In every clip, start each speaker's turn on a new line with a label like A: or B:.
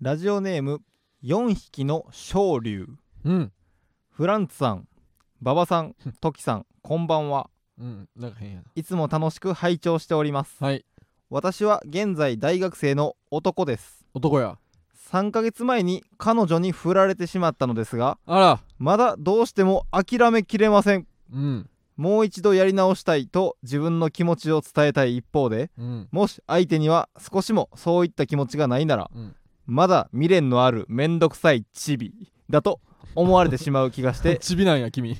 A: ラジオネーム4匹の昇竜
B: うん、
A: フランツさん馬場さんトキさんこんばんは
B: うん、なんか変やない
A: つも楽しく拝聴しております
B: はい
A: 私は現在大学生の男です
B: 男や
A: 3ヶ月前に彼女に振られてしまったのですが
B: あら
A: まだどうしても諦めきれません
B: うん
A: もう一度やり直したいと自分の気持ちを伝えたい一方で
B: うん
A: もし相手には少しもそういった気持ちがないなら
B: うん
A: まだ未練のあるめんどくさいチビだと思われてしまう気がして
B: でチビなんや君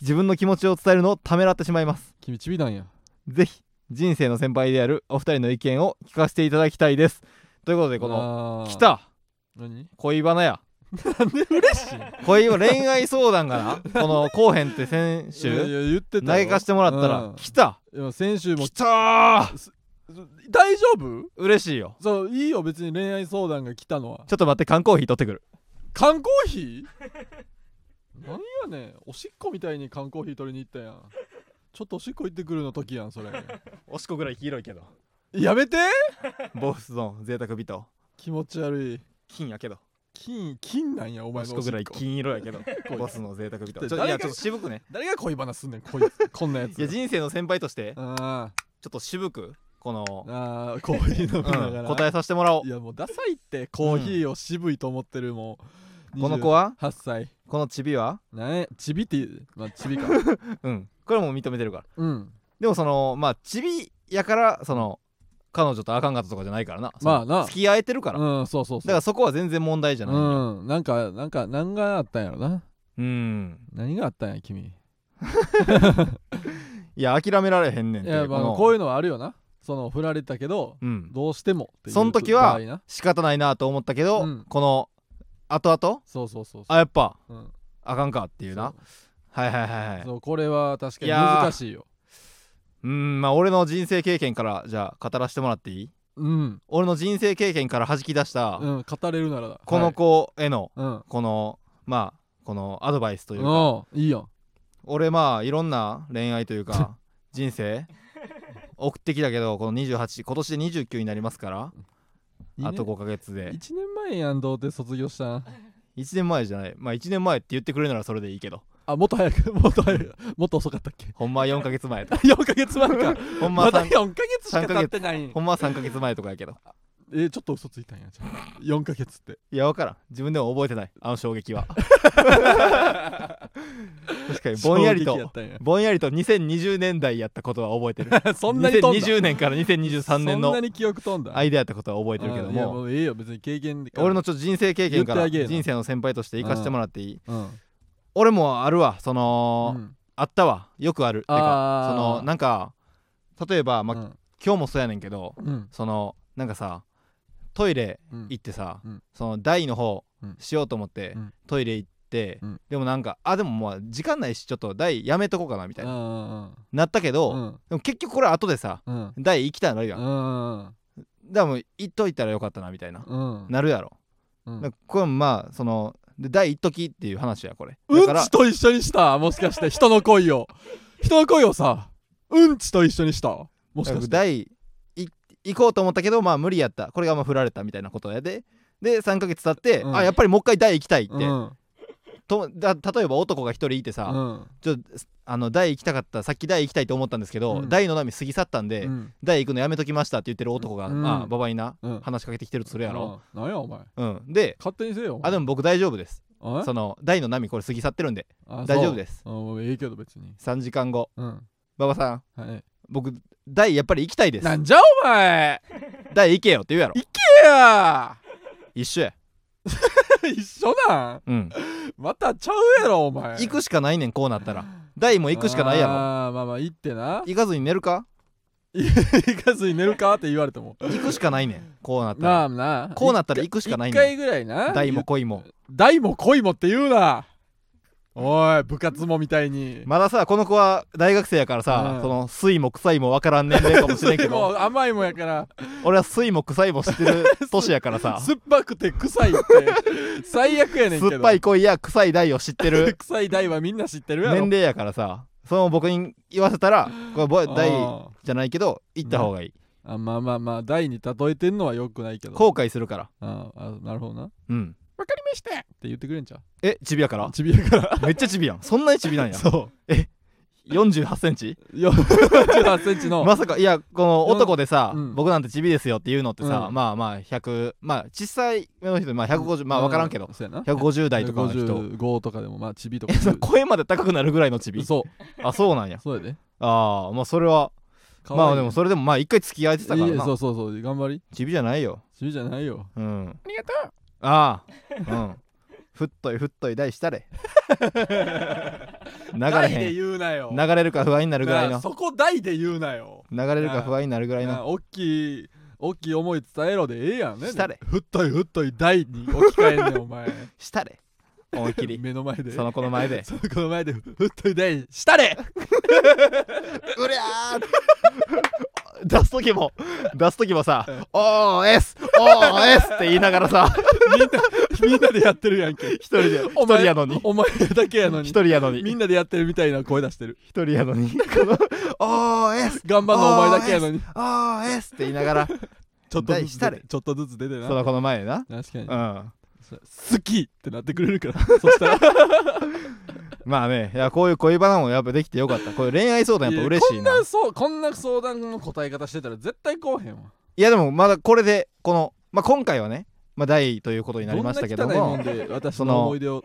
A: 自分の気持ちを伝えるのをためらってしまいます
B: 君チビなんや
A: ぜひ人生の先輩であるお二人の意見を聞かせていただきたいですということでこの「
B: の
A: 来た
B: 何
A: 恋バナや
B: なんで嬉しい
A: 恋バ恋愛相談が なこの後編って先
B: いやい
A: 週
B: や言って
A: 投
B: た
A: げかしてもらった
B: う
A: ら
B: ん
A: 「来た
B: いや先週も
A: 来たー
B: 大丈夫
A: 嬉しいよ
B: そういいよ別に恋愛相談が来たのは
A: ちょっと待って缶コーヒー取ってくる
B: 缶コーヒーなんやねんおしっこみたいに缶コーヒー取りに行ったやんちょっとおしっこ行ってくるの時やん それ
A: おしっこぐらい黄色いけど
B: やめて
A: ボースゾーン贅沢ビト
B: 気持ち悪い
A: 金やけど
B: 金金なんやお
A: お
B: 前
A: し
B: の
A: っ
B: お
A: こ
B: し
A: ぐら
B: っ
A: い
B: こ
A: 金色やけど
B: い
A: ボスの贅沢ビト
B: ちょ
A: ちょい
B: 誰
A: や
B: が
A: ちょっと渋くね
B: 誰が恋バナすんねんこい つこんなやつ
A: いや人生の先輩としてちょ
B: あ
A: っと渋くこの
B: ー、あーコーヒー飲みなが
A: う
B: ら、
A: ん答えさせてもらおう
B: いやもうダサいってコーヒーを渋いと思ってるもう、
A: この子は
B: 8歳
A: このチビは
B: なんやちびってまあ ちびか
A: うんこれはもう認めてるから
B: うん
A: でもそのまあチビやからその彼女とあかんかったとかじゃないからな
B: まあ
A: その
B: な
A: 付き合えてるからだ
B: うんそうそうそう
A: からそこは全然問題じゃないよ
B: うんなんかなんか何があったんやろな
A: うん
B: 何があったんや君
A: いや諦められへんねん
B: い
A: て
B: やまあ
A: この
B: こういうのはあるよなその振られたけど
A: うん
B: どうしてもっていう
A: その時は
B: 場合な
A: 仕方ないなと思ったけど、
B: うん
A: この後々
B: そうそうそうそ
A: あやっぱ
B: う、うん、
A: あかんかっていうなはいはいはいはいう
B: そうこれは確かに
A: いやー
B: 難しいよ
A: ーんまあ俺の人生経験からじゃあ語らせてもらっていい
B: うん、
A: 俺の人生経験から弾き出した
B: うん、語れるならだ
A: この子への
B: はい
A: このまあこのアドバイスといううんか
B: おういいよ
A: 俺まあいろんな恋愛という か人生送ってきたけどこの28今年で29になりますからあと
B: 1
A: 5ヶ月で
B: 年前やん童貞卒業したん
A: 1年前じゃないまあ1年前って言ってくれるならそれでいいけ ど
B: あもっと早くもっと早くもっと遅かったっけ
A: ほんまは4ヶ月前と
B: 4ヶ月前か
A: ほんま
B: ま
A: は
B: だ
A: 3
B: 4ヶ月しか経ってないん
A: ほんまは3ヶ月前とかやけど
B: えーちょっと嘘ついたんやじゃあ4ヶ月って
A: いや分からん自分でも覚えてないあの衝撃は 確かにぼんやり
B: 衝撃やっ
A: と
B: たんや
A: ぼんやりと2020年代やったことは覚えてる
B: そんなに飛んだ
A: 2020年から2023年
B: そんな
A: の
B: に記憶飛んだ
A: 間やったことは覚えてるけど
B: あいや
A: も
B: もうええよ別に経験で
A: 俺のちょっと人生経験か
B: 言
A: ら
B: ってあげえな
A: 人生の先輩として生かしてもらっていい
B: うん、
A: 俺もあるわその、
B: うん
A: あったわよくあるてか
B: あー
A: そのなんか例えば、まあ
B: うん
A: 今日もそうやねんけど
B: うん
A: そのなんかさトイレ
B: うん
A: 行ってさ、
B: うん
A: その台の方
B: うん
A: しようと思って、
B: うん
A: トイレ行って、
B: うん
A: でもなんかあでもまあ時間ないしちょっと台やめとこうかなみたいな、
B: あ
A: なったけ
B: ー
A: ど、
B: うん
A: でも結局これ後でさ
B: うん
A: 台行きたいなる
B: う
A: やん、
B: ん
A: でも行っといたらよかったなみたいな、
B: うん
A: なるやろ
B: うん
A: だからこれもまあそので第一時っていう話やこれだ
B: う
A: か
B: ん
A: ら
B: ちと一緒にしたもしかして人の恋を人の恋をさうんちと一緒にしたもしかして
A: 第一行こうと思ったけどまあ無理やったこれがまあ振られたみたいなことやでで3ヶ月経って、
B: うん
A: あやっぱりもう一回第行きたいって、
B: うん
A: とだ例えば男が一人いてさ、
B: うん
A: ちょあの台行きたかったさっき台行きたいと思ったんですけど、
B: うん
A: 台の波過ぎ去ったんで、
B: うん
A: 台行くのやめときましたって言ってる男が、
B: うん
A: まあ馬場にな、
B: うん
A: 話しかけてきてるとするやろ、
B: うんなんやお前
A: うんで
B: 勝手にせえよ
A: あで
B: も
A: も僕大丈夫です
B: 大
A: その台の波これ過ぎ去ってるんで大丈夫です
B: ええけど別に
A: 3時間後
B: うん
A: 馬場さん
B: はい
A: 僕台やっぱり行きたいです
B: なんじゃお前
A: 台行けよって言うやろ
B: いや
A: 一緒や
B: 一緒なん
A: うん
B: またちゃうやろお前
A: 行くしかないねんこうなったら台も行くしかないやろ
B: あーまあまあ行っ てな
A: 行かずに寝るか
B: 行かずに寝るかって言われても
A: 行くしかないねんこうなったら
B: なあなあ
A: こうなったら行くしかない
B: 一
A: ねん
B: 回ぐらいな
A: 台も恋も
B: 大も恋もって言うなおい部活もみたいに
A: まださこの子は大学生やからさ、
B: うん
A: その水も臭いも分からん年齢かもしれん けど
B: もう甘いもんやから
A: 俺は水も臭いも知って る年やからさ
B: 酸っぱくて臭いって最悪やねんけど
A: 酸っぱい恋や臭い代を知ってる
B: 臭い大はみんな知ってるやろ
A: 年齢やからさその僕に言わせたらこれ
B: あー
A: 代じゃないけど行った方がいい
B: あまあまあまあ台に例えてんのはよくないけど
A: 後悔するから
B: ああなるほどな
A: うん
B: わかりましたって言ってくれんちゃ
A: えチビや から
B: うちびやから
A: めっちゃチビやんそんなにチビなんや
B: そ
A: 4 8ンチ
B: う48セン チの、
A: まさかいやこの男でさ、
B: うん
A: 僕なんてチビですよって言うのってさ、
B: うん
A: まあまあ100まあ小さい目の人まあ150まあ分からんけど、
B: うそうやな
A: 150代とかの人
B: 55とかでもまあちびとか
A: えその声まで高くなるぐらいの チビ
B: そう
A: あそうなんや
B: そうやで
A: ああまあそれは
B: 可愛い
A: まあでもそれでもまあ一回付き合えてたから
B: いい
A: な
B: そうそうそう頑張り
A: チビじゃないよ
B: ちびじゃないよ
A: うん
B: ありがとう
A: ああうん ふっといふっとい台した れ流れ
B: 台
A: へ
B: で
A: ん
B: 言うなよ
A: 流れるか不安になるぐらい
B: なあ
A: の
B: そこ大で言うなよ
A: 流れるか不安になるぐらい
B: なあ
A: の
B: 大きい大きい思い伝えろでええやんね
A: したれ
B: ふっといふっとい大に置き換えんねん お前
A: したれ思いっきり
B: 目の前で
A: その子の前で
B: その子の前でふふっとい大したれ
A: うりゃー 出す時も出す時もさ
B: うん
A: 「おーすおーす」って言いながらさ
B: みんなでやってるやんけ
A: 一人で 一人やのに
B: お前だけやの
A: 一
B: に
A: 人やのに
B: みん
A: 一
B: なでやってるみたいな声出してる
A: 人やのにこの「おーす
B: 頑張んのお前だけやのに
A: おーす」って言いながらそ
B: ちょっとず
A: 大
B: つ
A: した
B: 出
A: れ
B: てちょっとずつ出てな
A: の子の前でな
B: 確かに
A: うん
B: そう好きってなってくれるからそしたら
A: まあねいやこういう恋バナもやっぱできてよかったこういう恋愛相 談やっぱ嬉しいない
B: やこんなそうこんな相談の答え方してたら絶対こうへんわ
A: いやでもまだこれでこの、まあ、今回はね、まあ、第ということになりましたけど
B: んな汚いも
A: も
B: ん
A: い
B: で私
A: その
B: の思い出を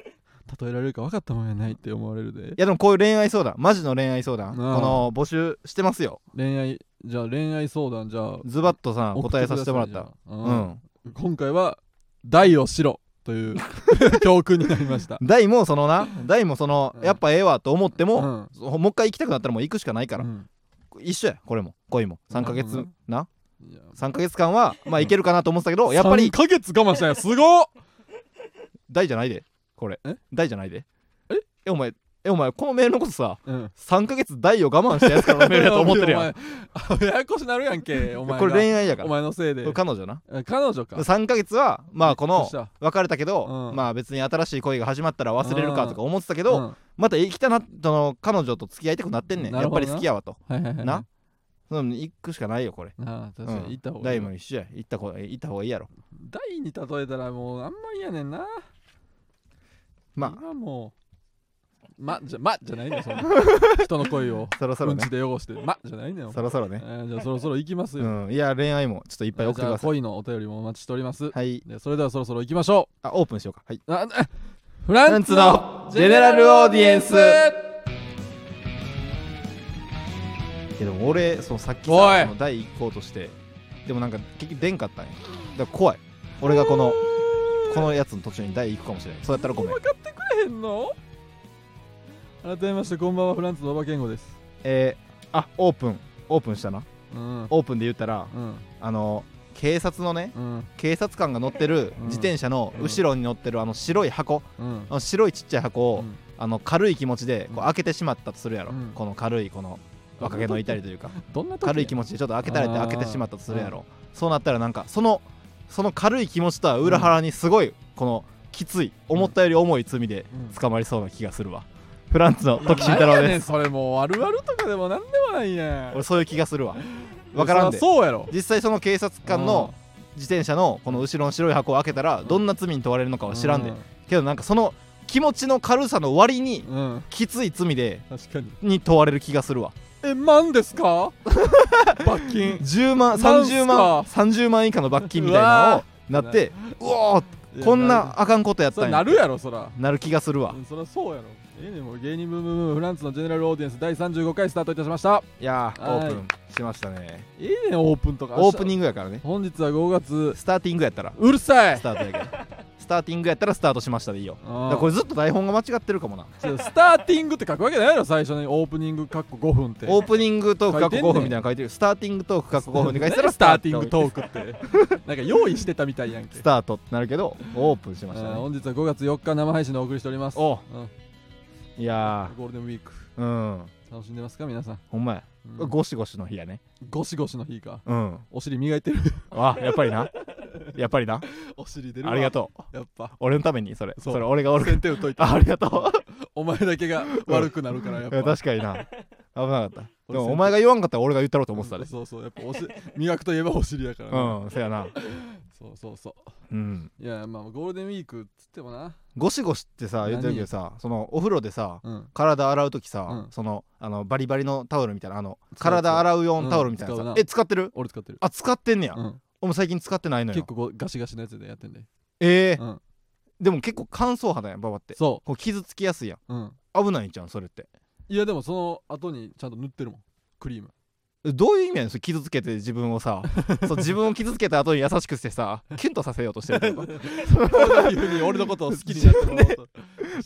B: 例えられるか分かったもんやないって思われるで
A: やでもこういう恋愛相談マジの恋愛相談
B: う
A: こ
B: ん
A: の募集してますよ
B: 恋愛じゃあ恋愛相談じゃあ
A: ズバッとさ答えさせてもらった
B: 送ください
A: う
B: じゃあ
A: ん
B: うん今回は「大をしろ」という教訓になりました
A: 大もそのな大もその
B: うん
A: やっぱええわと思って
B: う
A: も、
B: ん
A: そもう一回行きたくなったらもう行くしかないから、
B: うん
A: 一緒やこれも恋も3ヶ
B: な
A: 月
B: るほ
A: ない
B: や
A: 3ヶ月間はまあ
B: うん
A: いけるかなと思ってたけど、やっぱ
B: 3
A: り
B: ヶ月我慢したんやすごっ
A: 大じゃないでこれ
B: え
A: 大じゃないで
B: え
A: えお前えお前このメールのことさ
B: うん
A: 3ヶ月大を我慢したやつからの メールやと思ってるやん
B: お前ややこしなるやんけお前が
A: これ恋愛やから
B: お前のせい
A: こ
B: で
A: れ彼女な
B: え彼女か
A: 3ヶ月はまあこ
B: びっくり
A: の
B: した
A: 別れたけど、
B: うん
A: まあ別に新しい恋が始まったら忘れるかとか思ってたけど、
B: うん
A: また行きたなその彼女と付き合いたくなってんねん
B: な
A: や
B: る
A: っ
B: ほ
A: ぱ
B: ど
A: り
B: な
A: 好きやわと
B: はいはいはい
A: なうん行くしかないよこれ
B: なあ確か
A: うん
B: に行った方がい
A: 大
B: い
A: も一緒や行った方行った方がいいやろ
B: 大に例えたらもうあんまりやねんな
A: まあ
B: 今もうまじゃまじゃないねんそ の人の声を
A: そろそろ
B: うん
A: ね
B: ちで汚してまじゃないねん
A: そろそろ
B: え
A: ね
B: ーじゃあそろそろ行きます
A: う
B: よ
A: んいや恋愛もちょっといっぱい送って
B: じ
A: く
B: ゃあ
A: ださい
B: 恋のお便りもお待ちしております
A: はい
B: でそれではそろそろ行きましょ
A: あオープンしようかはいう
B: ああフ
A: フラ
B: ラ
A: ン
B: ン
A: ツ
B: ツ
A: の
B: の
A: ジェネラルオーディエンスいやでも俺そのさっきさ
B: おい
A: その第一行としてでもなんか結局出んかったんやだから怖い俺がこのこのやつの途中に第一行くかもしれないそうやったらごめん
B: 分かってくれへんの改めましてこんばんはフランツの馬健吾です
A: えー、あオープンオープンしたな
B: うん
A: オープンで言ったら
B: うん
A: あの警察のね
B: うん
A: 警察官が乗ってる
B: うん
A: 自転車の
B: うん
A: 後ろに乗ってるあの白い箱
B: うん
A: あの白いちっちゃい箱を、
B: うん
A: あの軽い気持ちでこう
B: うん
A: 開けてしまったとするやろ、
B: うん
A: この軽いこの若気の至りという か
B: どんな時
A: 軽い気持ちでちょっと開けたれて開
B: あー
A: けてしまったとするやろそうなったらなんかそのその軽い気持ちとは裏腹にすごいこのきつい思ったより重い罪で
B: うん
A: 捕まりそうな気がするわフランスの時慎太郎
B: 何やね
A: で
B: ん
A: す
B: それもうあるあるとかでもなんでもないね
A: 俺そういう気がするわ分からんで
B: そりゃそうやろ
A: 実際その警察官の自転車のこの後ろの白い箱を開けたらどんな罪に問われるのかは知らんでけどなんかその気持ちの軽さの割に
B: うん、うん
A: きつい罪で
B: 確かに
A: に問われる気がするわ
B: え万ですか 罰金
A: 10万
B: なんす
A: 30万
B: か
A: 30万以下の罰金みたいなのを
B: うわ
A: なってうおー こんなあかんことやっ
B: そ
A: た
B: れ
A: ん
B: な
A: や
B: るやろそら
A: なる気がするわ
B: うんそりゃそうやろええねんもう芸人ブームブームフランスのジェネラルオーディエンス第35回スタートいたしました
A: いやーオ
B: は
A: ープ
B: い
A: ンしましたね
B: ええねんオープンとか
A: オープ
B: ン
A: ニングやからね
B: 本日は5月
A: スターティングやったら
B: うるさい
A: スタート やけどスターティングやったらスタートしましたでいいよだから
B: あ
A: こ
B: あ
A: れずっと台本が間違ってるかもな
B: ちょスターティングって書くわけないやろ最初にオープニングかっこ5分って
A: オープニングトーク
B: 書い
A: 過去
B: てんねん
A: 5分みたいなの 書いてるスターティングトーク過去5分で書いてたら
B: 何スターティング
A: ーク
B: トークってなんか用意してたみたいやんけ
A: スタートってなるけどオープンしました
B: あー
A: ね
B: 本日は5月4日生配信でお送りしております
A: お
B: うん
A: いや
B: ゴールデンウィーク
A: ーうん
B: 楽しんでますか皆さん、
A: ほんまや
B: うん
A: ゴシゴシの日やね
B: ゴシゴシの日か
A: うん
B: お尻磨いてる
A: あやっぱりなやっぱりな
B: お尻出るわ
A: ありがとう
B: うやっぱ
A: 俺のためにそれ
B: そ
A: そうれ俺がおる
B: 先手打っといて
A: あありがと
B: お前だけが悪くなるからやっ
A: ういや
B: ぱ
A: 確かにな危なかったでもお前が言わんかったら俺が言ったろうと
B: と
A: 思ってたで
B: そうそうやっぱおし磨くといえばお尻やから
A: う
B: な、
A: んせやな
B: そうそうそ
A: うん
B: ういやまあゴールデンウィークっつってもな
A: ゴシゴシってさ言ってるけどさそのお風呂でさ
B: うん
A: 体洗う時さ、
B: うん
A: そのあのバリバリのタオルみたいなあの
B: 使う
A: 体洗う用のタオルみたいなさ、
B: うん使うな
A: え使ってる
B: 俺使ってる
A: あ使ってんねや、
B: うん
A: 俺も最近使ってないの
B: 結
A: よ
B: 構こうガシガシのやつでやってんで
A: ええ
B: うん
A: でも結構乾燥肌やんババって
B: そ
A: こう傷つきやすいやん
B: ううん
A: 危ないじゃんそれって
B: いやでもその後にちゃんと塗ってるもん クリーム
A: えどういう意味やねんそれ傷つけて自分を さそう自分を傷つけた後に優しくしてさキュンとさせようとしてるってこと
B: そういうふうに俺のことを好きになってもらおうと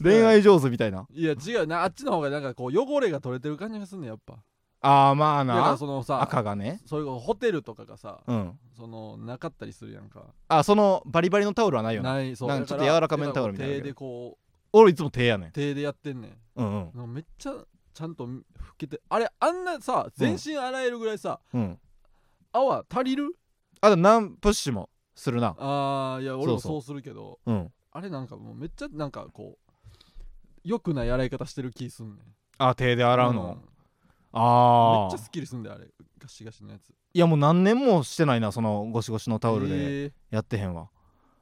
A: 恋愛上手みたいない
B: や違うなあっちの方がなんかこう汚れが取れてる感じがすんねんやっぱ
A: あーまあ
B: だから
A: な
B: そのさ
A: 赤がね
B: そういうホテルとかがさ、
A: うん
B: そのなかったりするやんか
A: あそのバリバリのタオルはないよね
B: ないそう
A: なん
B: だ
A: かちょ
B: か
A: っ
B: ら
A: と柔らかめのタオルみたいな
B: 手でこ
A: 俺いつも手やねん
B: う手でやってんねん
A: うんうん
B: なんかめっちゃちゃんと拭けてあれあんなさ全身洗えるぐらいさ、
A: うん
B: 泡足りる
A: あと何プッシュもするな
B: あーいや俺も
A: そう
B: そ
A: そう
B: するけど
A: うん
B: あれなんかもうめっちゃなんかこう良くない洗い方してる気すんねん
A: あ手で洗うの、
B: ん
A: あ
B: めっちゃ
A: あ
B: スッキリすんだよあれガシガシのやつ
A: いやもう何年もしてないなそのゴシゴシのタオルで
B: えー
A: やってへんわ、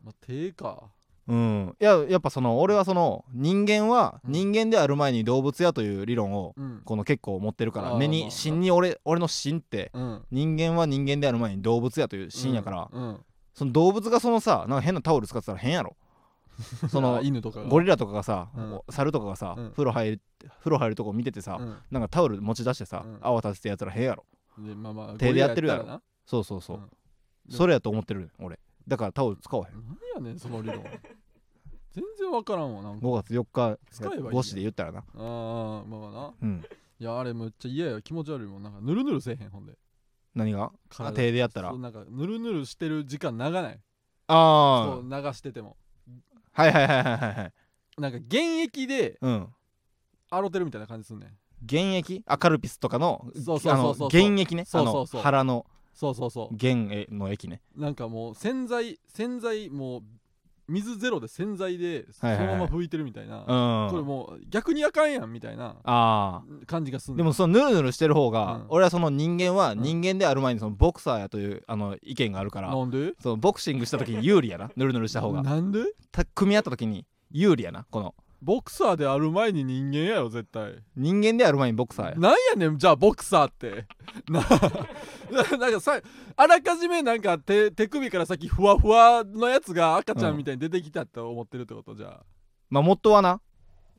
B: まあ、手か
A: うんいややっぱその俺はその人間は
B: うん
A: 人間である前に動物やという理論を
B: うん
A: この結構持ってるか
B: あ
A: ら
B: ー
A: 根
B: まあ
A: に芯に俺俺の芯って
B: うん
A: 人間は人間である前に動物やという芯やから
B: うんうん
A: その動物がそのさなんか変なタオル使ってたら変や ろそ
B: あ
A: の
B: 犬とかが
A: ゴリラとかがさ
B: うん
A: 猿とかがさ
B: うん
A: 風呂入る風呂入るとこ見ててさ
B: うん
A: なんかタオル持ち出してさ
B: うん
A: 泡立ててやつら変やろ
B: でまあまあ
A: 手でやってるやろ
B: ゴリラっ
A: そうそうそう
B: うん
A: それやと思ってる俺だからタオル使わへん
B: たらな何やねんその理論全然わからんわなんか
A: 5月4日
B: 使えばいいやん
A: 5時で言ったらな
B: あーまあまあな
A: うん
B: いやあれむっちゃ嫌や気持ち悪いもんなんかぬるぬるせえへんほんで
A: 何があ
B: 体
A: 手でやったら
B: そうなんかぬるぬるしてる時間長ない
A: ああ
B: そう流してても
A: はいはいはいはいはいはい
B: なんか原液で
A: うん
B: 洗ってるみたいな感じすんねん
A: 原液アカルピスとかの
B: そうそう
A: あ
B: そう
A: の
B: そう
A: 原液ね
B: そ
A: あ
B: うそう
A: の
B: そう
A: 腹の
B: そうそうそ
A: 原液の液ね
B: うなんかもう洗剤洗剤もう水ゼロで洗剤でそ
A: はい
B: の
A: はいはい
B: まま拭いてるみたいな、
A: うん
B: これもう逆にあかんやんみたいな
A: ああ
B: 感じがすんねん
A: でもそのヌルヌルしてる方が、
B: うん
A: 俺はその人間は
B: うん
A: 人間である前にそのボクサーやというあの意見があるから、
B: なんで
A: そのボクシングした時に有利やなヌルヌルした方が
B: なんで
A: た組み合った時に有利やなこの
B: ボクサーである前に人間やろ絶対
A: 人間である前にボクサーや
B: なんやねんじゃあボクサーって ななんかさあらかじめなんか手手首から先ふわふわのやつが赤ちゃんみたいに出てきたって思ってるってことじゃあ
A: まあ元はな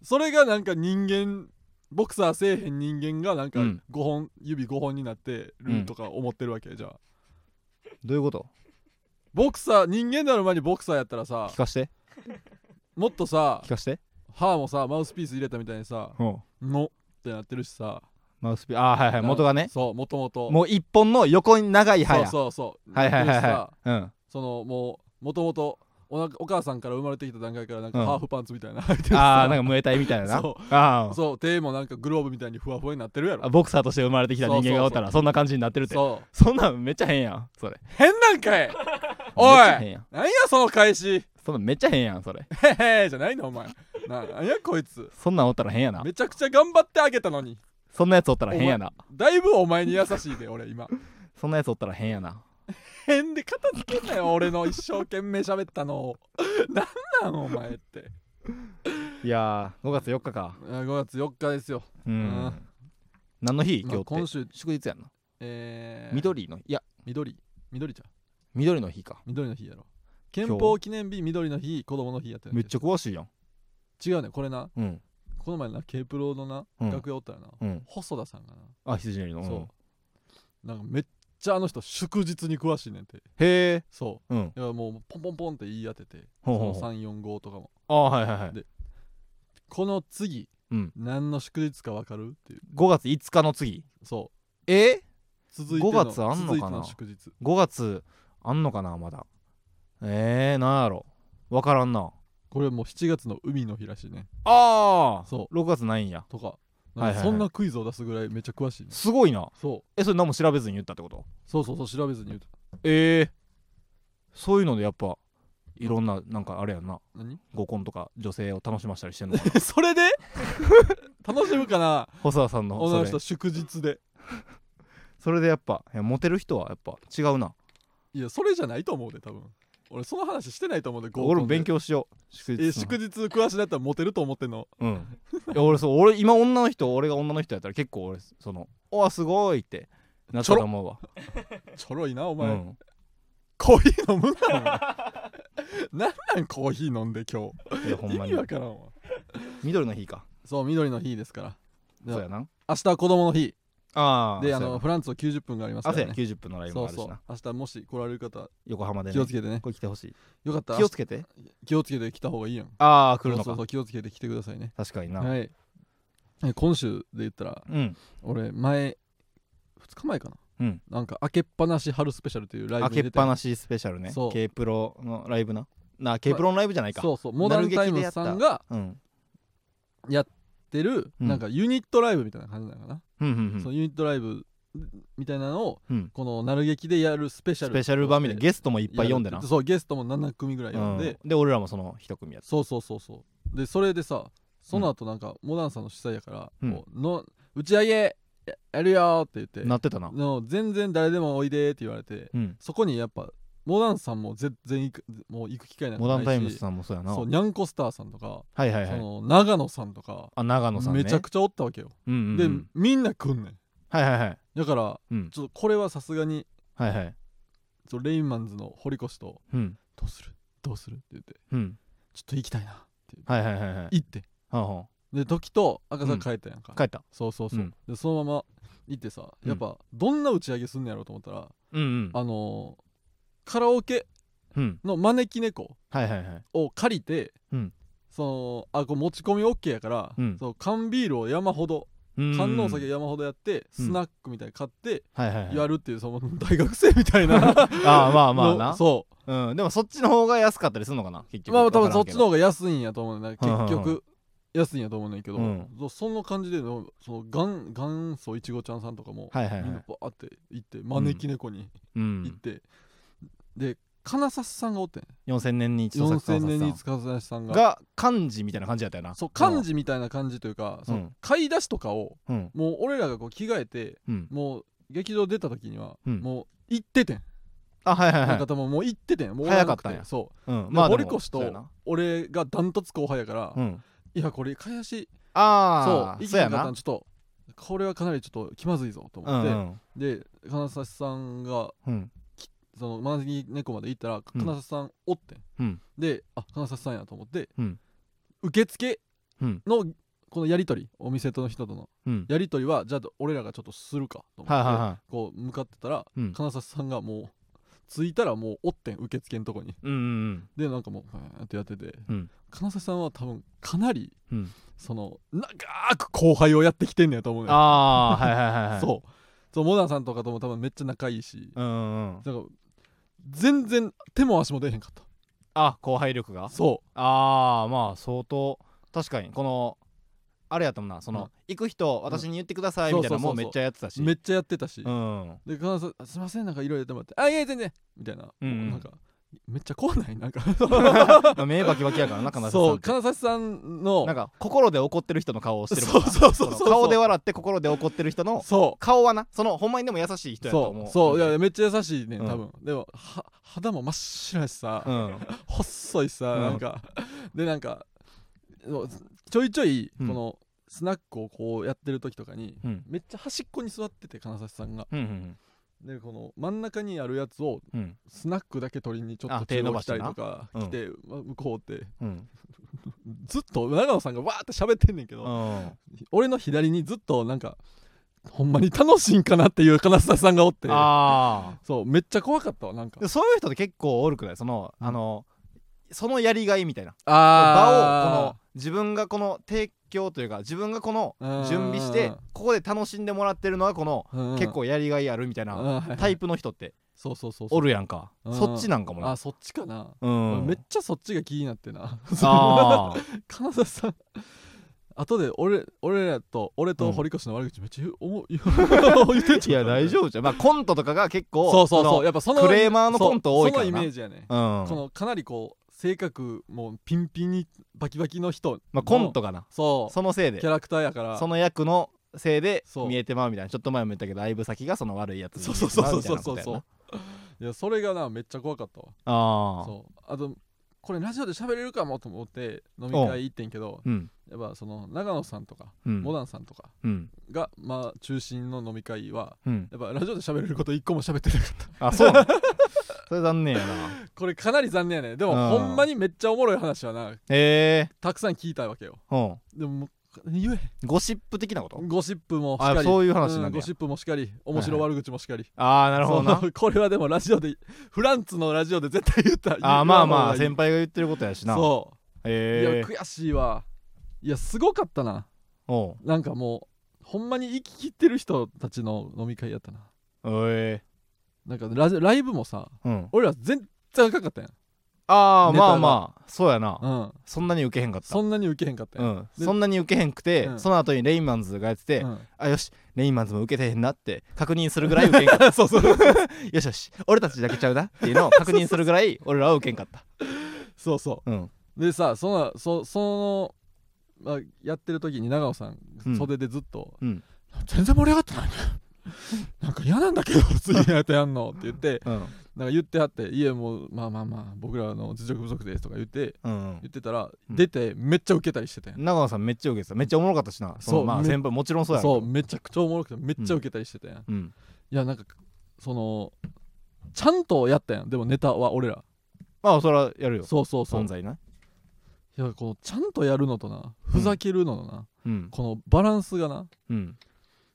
B: それがなんか人間ボクサーせえへん人間がなんか
A: うん
B: 5本、指5本になって
A: う
B: る
A: ん
B: とか思ってるわけじゃあ
A: どういうこと
B: ボクサー人間である前にボクサーやったらさ
A: 聞かして
B: もっとさ
A: 聞かして
B: 歯もさマウスピース入れたみたいにさ
A: うん
B: のってなってるしさ
A: マウスピああはいはい元がね
B: そうもともと
A: もう一本の横に長い歯や
B: そうそうそう
A: はいはいはい
B: でさ
A: はいうん
B: そのもうもともとおなお母さんから生まれてきた段階からなんか
A: うん
B: ハーフパンツみたいな履い てるしさ
A: ああなんかムエタイみたいなな
B: そ
A: あー
B: そう手もなんかグローブみたいにふわふわになってるやろ
A: あボクサーとして生まれてきた人間がおったらそんな感じになってるって
B: そう
A: そんなんめっちゃ変やんそれ
B: 変なんかいお
A: めっちゃ変
B: い
A: やん
B: なんやその返し
A: そんなんめっちゃ変やんそれ
B: へへじゃないのお前ななんやこいつ
A: そんなんおったら変やな
B: めちゃくちゃ頑張ってあげたのに
A: そんなやつおったら変やな
B: だいぶお前に優しいで俺今
A: そんなやつおったら変やな
B: 変で片付けんなよ俺の一生懸命喋ったのをなんなんお前って
A: いやー5月4日か
B: あ5月4日ですよ
A: うん、
B: うん
A: 何の日
B: まあ
A: 今日って、
B: 今週
A: 祝日やんな、
B: えー、
A: 緑のいや
B: 緑緑ちゃん
A: 緑の日か
B: 緑の日やろ憲法記念日緑の日子供の日やってる
A: めっちゃ詳しいやん
B: 違うねこれな
A: うん
B: この前な K プロのな、
A: うん
B: 楽屋おったらな
A: うん
B: 細田さんがな、
A: あ羊のりのん
B: そうなんかめっちゃあの人祝日に詳しいねんて
A: へえ
B: そ
A: うん
B: ういやもうポンポンポンって言い当てて
A: ほうほうほう
B: その345とかも
A: あーはいはいはい
B: でこの次、
A: うん
B: 何の祝日か分かるっていう
A: 5月5日の次
B: そ
A: え
B: う続いての
A: 5月あんのかな
B: 続いての祝日
A: 5月あんのかなまだえー、なんやろわからんな
B: これもう7月の海の日らしいね
A: ああ
B: そう
A: 6月ないんや
B: とか
A: はいはいはい
B: そんなクイズを出すぐらいめっちゃ詳しいね
A: すごいな
B: そう
A: えそれ何も調べずに言ったってこと
B: そうそうそう調べずに言うと
A: ええそういうのでやっぱいろんななんかあれやんな
B: 何
A: 合コンとか女性を楽しましたり してんのかな
B: それで楽しむかな
A: 細田さんの
B: 女
A: そ
B: の
A: れ
B: 人祝日で
A: それでやっぱいやモテる人はやっぱ違うない
B: やそれじゃないと思うで多分俺その話してないと思うで合コンで
A: 俺も勉強しよう祝
B: え
A: 日
B: 祝日詳しいなったらモテると思ってんの
A: うんいや俺そう俺今女の人俺が女の人やったら結構俺その「おわすごい」ってなったと思うわ
B: ちょろいなお
A: う
B: 前、
A: ん
B: コーヒー飲むなお前 なんなんコーヒー飲んで今
A: いやほ
B: 日
A: ん
B: 意
A: ま
B: 味
A: に
B: わからんわ
A: 緑の日か
B: そう緑の日ですからいや
A: そうやな
B: 明日は子供の日
A: ああ
B: であのフランツは90分がありますか
A: 朝
B: ら
A: や
B: ね
A: 90分のライブ
B: そ
A: も
B: う
A: あるし
B: そう
A: な
B: 明日もし来られる方
A: 横浜で
B: 気を
A: ね
B: つけてね
A: これ来てほしい
B: よかったら
A: 気をつけて
B: 気をつけて来た方がいいやん
A: ああ来るの
B: そう
A: か
B: そう気をつけて来てくださいね
A: 確かにな
B: はいえ今週で言ったら
A: うん
B: 俺前2日前かな、
A: うん
B: なんか開けっぱなし春スペシャルというライブ
A: 開
B: に
A: け
B: 出
A: ってぱなしスペシャルね
B: そう
A: K プロのライブなな K プロのライブじゃないか
B: そうそうモダンタイムさんが
A: うん
B: やってる
A: うん
B: なんかユニットライブみたいな感じなのかな、
A: うんうん
B: そうの
A: ん
B: ユニットライブみたいなのを
A: うん
B: この「なる劇」でやるスペシャ
A: ス
B: ル
A: ペシャル版みたいなゲストもい
B: い
A: っぱい読んでな
B: そうゲストも7組ぐらい読んで、
A: うんで俺らもその一組やつ
B: そうそうそうそうでそれでさその後なんか、モダンさんの主催やから、
A: うん
B: こうの打ち上げややるよーって言って
A: なってたな
B: の全然誰でもおいでーって言われて
A: うん
B: そこにやっぱモダンさんも全然行くもう行く機会なんか
A: モ
B: ない
A: ダ
B: し
A: ンタイムスさんもそうやな
B: そうニャンコスターさんとか、
A: はいはいは
B: そ
A: い
B: の長野さんとか
A: あ長野さんね
B: めちゃくちゃおったわけよ、
A: うんうんう
B: で
A: ん
B: みんな来んねん
A: はいはいはい
B: だから
A: うん
B: ちょっとこれはさすがに
A: はいはい
B: ちょレインマンズの堀越と
A: うん
B: 「どうするどうする?」って言って
A: うん
B: 「ちょっと行きたいな」って言って
A: はいはいはいはい
B: 行って
A: はんはん
B: で時と赤さん帰ったやんか、
A: 帰った
B: そうそうそう、
A: うん
B: でそのまま行ってさ
A: うん
B: やっぱどんな打ち上げすんのやろうと思ったら、
A: うんうん
B: あのーカラオケ
A: うん
B: の招き猫
A: はいはいはい
B: を借りて、
A: うん
B: そのあこう持ち込み OK やから、
A: うん
B: その缶ビールを山ほど
A: 観
B: 観音酒山ほどやって、
A: うん
B: スナックみたいに買って
A: はいはいはい
B: やるっていうその 大学生みたいな
A: ああまあまあ
B: の
A: な
B: そ
A: うんでもそっちの方が安かったりするのかな結
B: う
A: 局
B: まあ多分そっちの
A: 方
B: 方が安いんやと思うね結
A: うんうんう
B: 局安いんやと思うねんけど、
A: うん
B: そその感じでのその元元祖いちごちゃんさんとかも、
A: はいはいは
B: みんないバーって行って招き猫に
A: う
B: 行っ
A: ん
B: て、で金指さんがおってん
A: 4000年に一度作家
B: 4000年
A: さ
B: に
A: ん
B: 塚指さんが
A: が漢字みたいな感じやったよな
B: そう漢字みたいな感じというか、そ
A: うん
B: の買い出しとかを
A: うん
B: もう俺らがこう着替えて
A: うん
B: もう劇場出た時には、
A: うん
B: もう行っててん、
A: あはいはいは
B: なんか
A: い
B: 多分もう行っててんもう
A: 早かったんや
B: おらんくてそ
A: うんま
B: う、ま
A: あ
B: あ、
A: で
B: 堀
A: も
B: 越
A: そうや
B: と
A: な
B: 俺がダントツ後輩やから、
A: うん
B: いやこれ買い出し
A: あ
B: そ
A: あ
B: う
A: そう
B: な
A: や
B: かった
A: なん
B: ちょっとこれはかなりちょっと気まずいぞと
A: うん
B: 思
A: う
B: って、
A: ん
B: で金指さんが
A: うん
B: そのマナギ猫まで行ったら
A: うん
B: 金指さんおってん、
A: うん
B: であ金指さんやと思って、
A: うん
B: 受付
A: うん
B: のこのやり取りお店との人との
A: うん
B: やり取りはじゃあ俺らがちょっとするかと思って、
A: はいはいは
B: こう向かってたら
A: いうん
B: 金指さんがもう着いたらもうおってん受付のとこに
A: うんうん
B: でなんかもうバーンってやってて、
A: うん
B: 金指さんは多分かなり
A: うん
B: その長く後輩をやってきてんねやと思う
A: う
B: ね
A: ん
B: ん
A: ああはいはいはいはい
B: そうそうモダンさんとかとも多分めっちゃ仲いいし、
A: うんうんうん
B: なんか全然手も足も出へんかっ
A: あ後輩力が
B: たそ
A: ああまあ相当確かにこのあれやったもんなその、
B: うん
A: 行く人私に言ってください
B: うん
A: みたいなのも
B: そううそ
A: めっ
B: うそうそう
A: ちゃやってたし
B: うめっちゃやってたし、
A: うん
B: で金沢さんあすいませんなんかいろいろやってもらって「あいや全然」みたいな、
A: うんうん
B: もなんかめっちゃ怖な いなんか
A: 目バキバキやからな金指さん
B: そう
A: って
B: 金指さんの
A: なんか心で怒ってる人の顔をしてるも
B: そ
A: ん
B: う
A: な
B: そうそうそう
A: その顔で笑って心で怒ってる人の
B: そ
A: 顔はなそのほんまにでも優しいう人やと
B: そ
A: 思う
B: うそうい
A: ん
B: やめっちゃ優しいね
A: うん
B: 多分、でもは肌も真っ白やしさ、
A: うん
B: 細いさ、
A: うん
B: なんかでなんかそうちょいちょい
A: うん
B: このスナックをこうやってる時とかに、
A: うん
B: めっちゃ端っこに座ってて金指さんが
A: うんうん
B: でこの真ん中にあるやつを
A: うん
B: スナックだけ取りにちょっ
A: あ
B: と
A: 手
B: 手
A: 伸
B: 伸
A: ば
B: ば
A: し
B: してた
A: な
B: りとか
A: うん
B: 来て、ま向こうって
A: うん
B: ずっと長野さんがわーって喋ってんねんけど、
A: うん
B: 俺の左にずっとなんかほんまに楽しいんかなっていう金沢さんがおって
A: あ
B: そうめっちゃ怖かったわなんか
A: あそういう人って結構おるくないそのあのそのやりがいみたいな場をこの
B: あ
A: 自分がこの提供というか自分がこの
B: うん
A: 準備してここで楽しんでもらってるのはこの
B: この、うん
A: 結構やりがいあるみたいな
B: うん
A: タイプの人って
B: そうそうそうそう
A: おるやんか
B: うん
A: そっちなんかもな
B: あそっちかな、
A: う
B: 俺
A: ん
B: めっちゃそっちが気になってな
A: あー
B: 金沢さん後で俺俺らと俺と堀越の悪口めっちゃ言う思う言ってん
A: い
B: ちゃう
A: や大丈夫じゃんまあコントとかが結構
B: そうそう
A: そ
B: そ
A: の
B: うやっぱその
A: クレーマーの
B: そう
A: コント多いからな
B: そのイメージやね、
A: うん
B: このかなりこう性格もピンピンにバキバキの人
A: まあコントがな
B: そう
A: そのせいで
B: キャラクターやから
A: その役のせいで
B: そう
A: 見えてまうみたいなちょっと前も言ったけど相分先がその悪いやつに
B: そうそうそうそう
A: 見えてま
B: そう
A: みたいなことや
B: そ
A: な
B: ういやそれがなめっちゃ怖かったわ
A: ああ
B: そうあとこれラジオで喋れるかもと思って飲み会行ってんけど
A: うん
B: やっぱその長野さんとか
A: うん
B: モダンさんとか
A: うん
B: がまあ中心の飲み会は
A: うん
B: やっぱラジオで喋れること一個も喋ってなかった
A: あそうなの それ残念やな
B: これかなり残念やねでも
A: うん
B: ほんまにめっちゃおもろい話はな
A: ええ
B: たくさん聞いたわけよ
A: うん
B: でももう言え
A: ゴシップ的なこと
B: ゴシップもし
A: あ
B: かり
A: そういう話なんだ
B: ゴシップもしかり面白悪口もしかり、
A: ああなるほどな
B: その これはでもラジオでフランツのラジオで絶対言った
A: あーまあまあ
B: 言
A: 先
B: わ
A: 輩が言ってることやしな
B: ない方がいいそうい
A: え
B: や悔しいわいやすごかったな
A: えおう
B: なんかもうほんまに生き切ってる人たちの飲み会やったな
A: え
B: なんかラジライブもさ
A: えうん
B: 俺ら全然赤かったやん
A: ああ
B: ネタ
A: ま
B: が
A: あまあそうやな
B: うん
A: そんなに受けへんかった
B: そんなに受けへんかった
A: う
B: やん、
A: ん、
B: で
A: そんなに受けへんくて、
B: うん
A: その後にレインマンズがやってて、
B: うん
A: あよしレインマンズも受けてへんなって確認するぐらい受けんかった
B: そうそう
A: よしよし俺たちだけちゃうなっていうのを確認するぐらい俺らは受けんかった
B: そうそ
A: うん
B: うでさそのそその、まあ、やってる時に長尾さん、
A: うん
B: 袖でずっと、
A: うん
B: 全然盛り上がってないね なんか嫌なんだけど 次のやつやんのって言って
A: うん
B: なんか言ってはって「いやもうまあまあまあ僕らの実力不足です」とか言って
A: うん
B: 言ってたら、
A: うん
B: 出てめっちゃウケたりしてたやん
A: 長野さんめっちゃ受けてためっちゃおもろかったしな
B: そう
A: のまあ
B: め
A: 先輩もちろんそうやろ
B: そうめちゃくちゃおもろくてめっちゃウケたりしてたやん、い
A: うん
B: やなんかそのちゃんとやったやんでもネタは俺ら
A: まあそれはやるよ
B: そうそうそう
A: 存在ない
B: やこのちゃんとやるのとなふざけるののな、
A: うん
B: このバランスがな
A: うん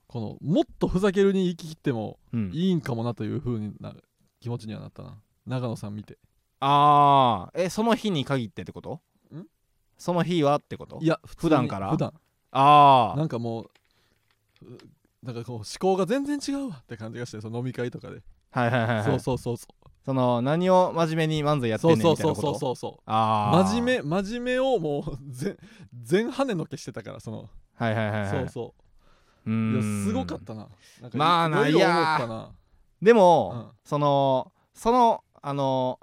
B: このもっとふざけるに行き切っても
A: うん
B: いいんかもなというふうな気持ちにはなったな長野さん見て
A: ああえその日に限ってってこと
B: ん
A: その日はってこと
B: いや普通に
A: 普段から
B: 普段
A: ああ
B: なんかもううなんかこう思考が全然違うわって感じがしてその飲み会とかで
A: はいはいはい、はい、
B: そうそうそうそ
A: その何を真面目に漫才や
B: う
A: って
B: そ
A: んね
B: うん
A: み
B: そう
A: たいな
B: そう
A: こと
B: そうそうそう
A: ああ
B: 真面目真面目をもう全全跳ねのけしてたからその、
A: はいはいはい、はい、
B: そうそうういや
A: ーん
B: すごかったななんか
A: まあない
B: ろいろ思
A: やー
B: ったな
A: でも、
B: うん
A: そのそのあの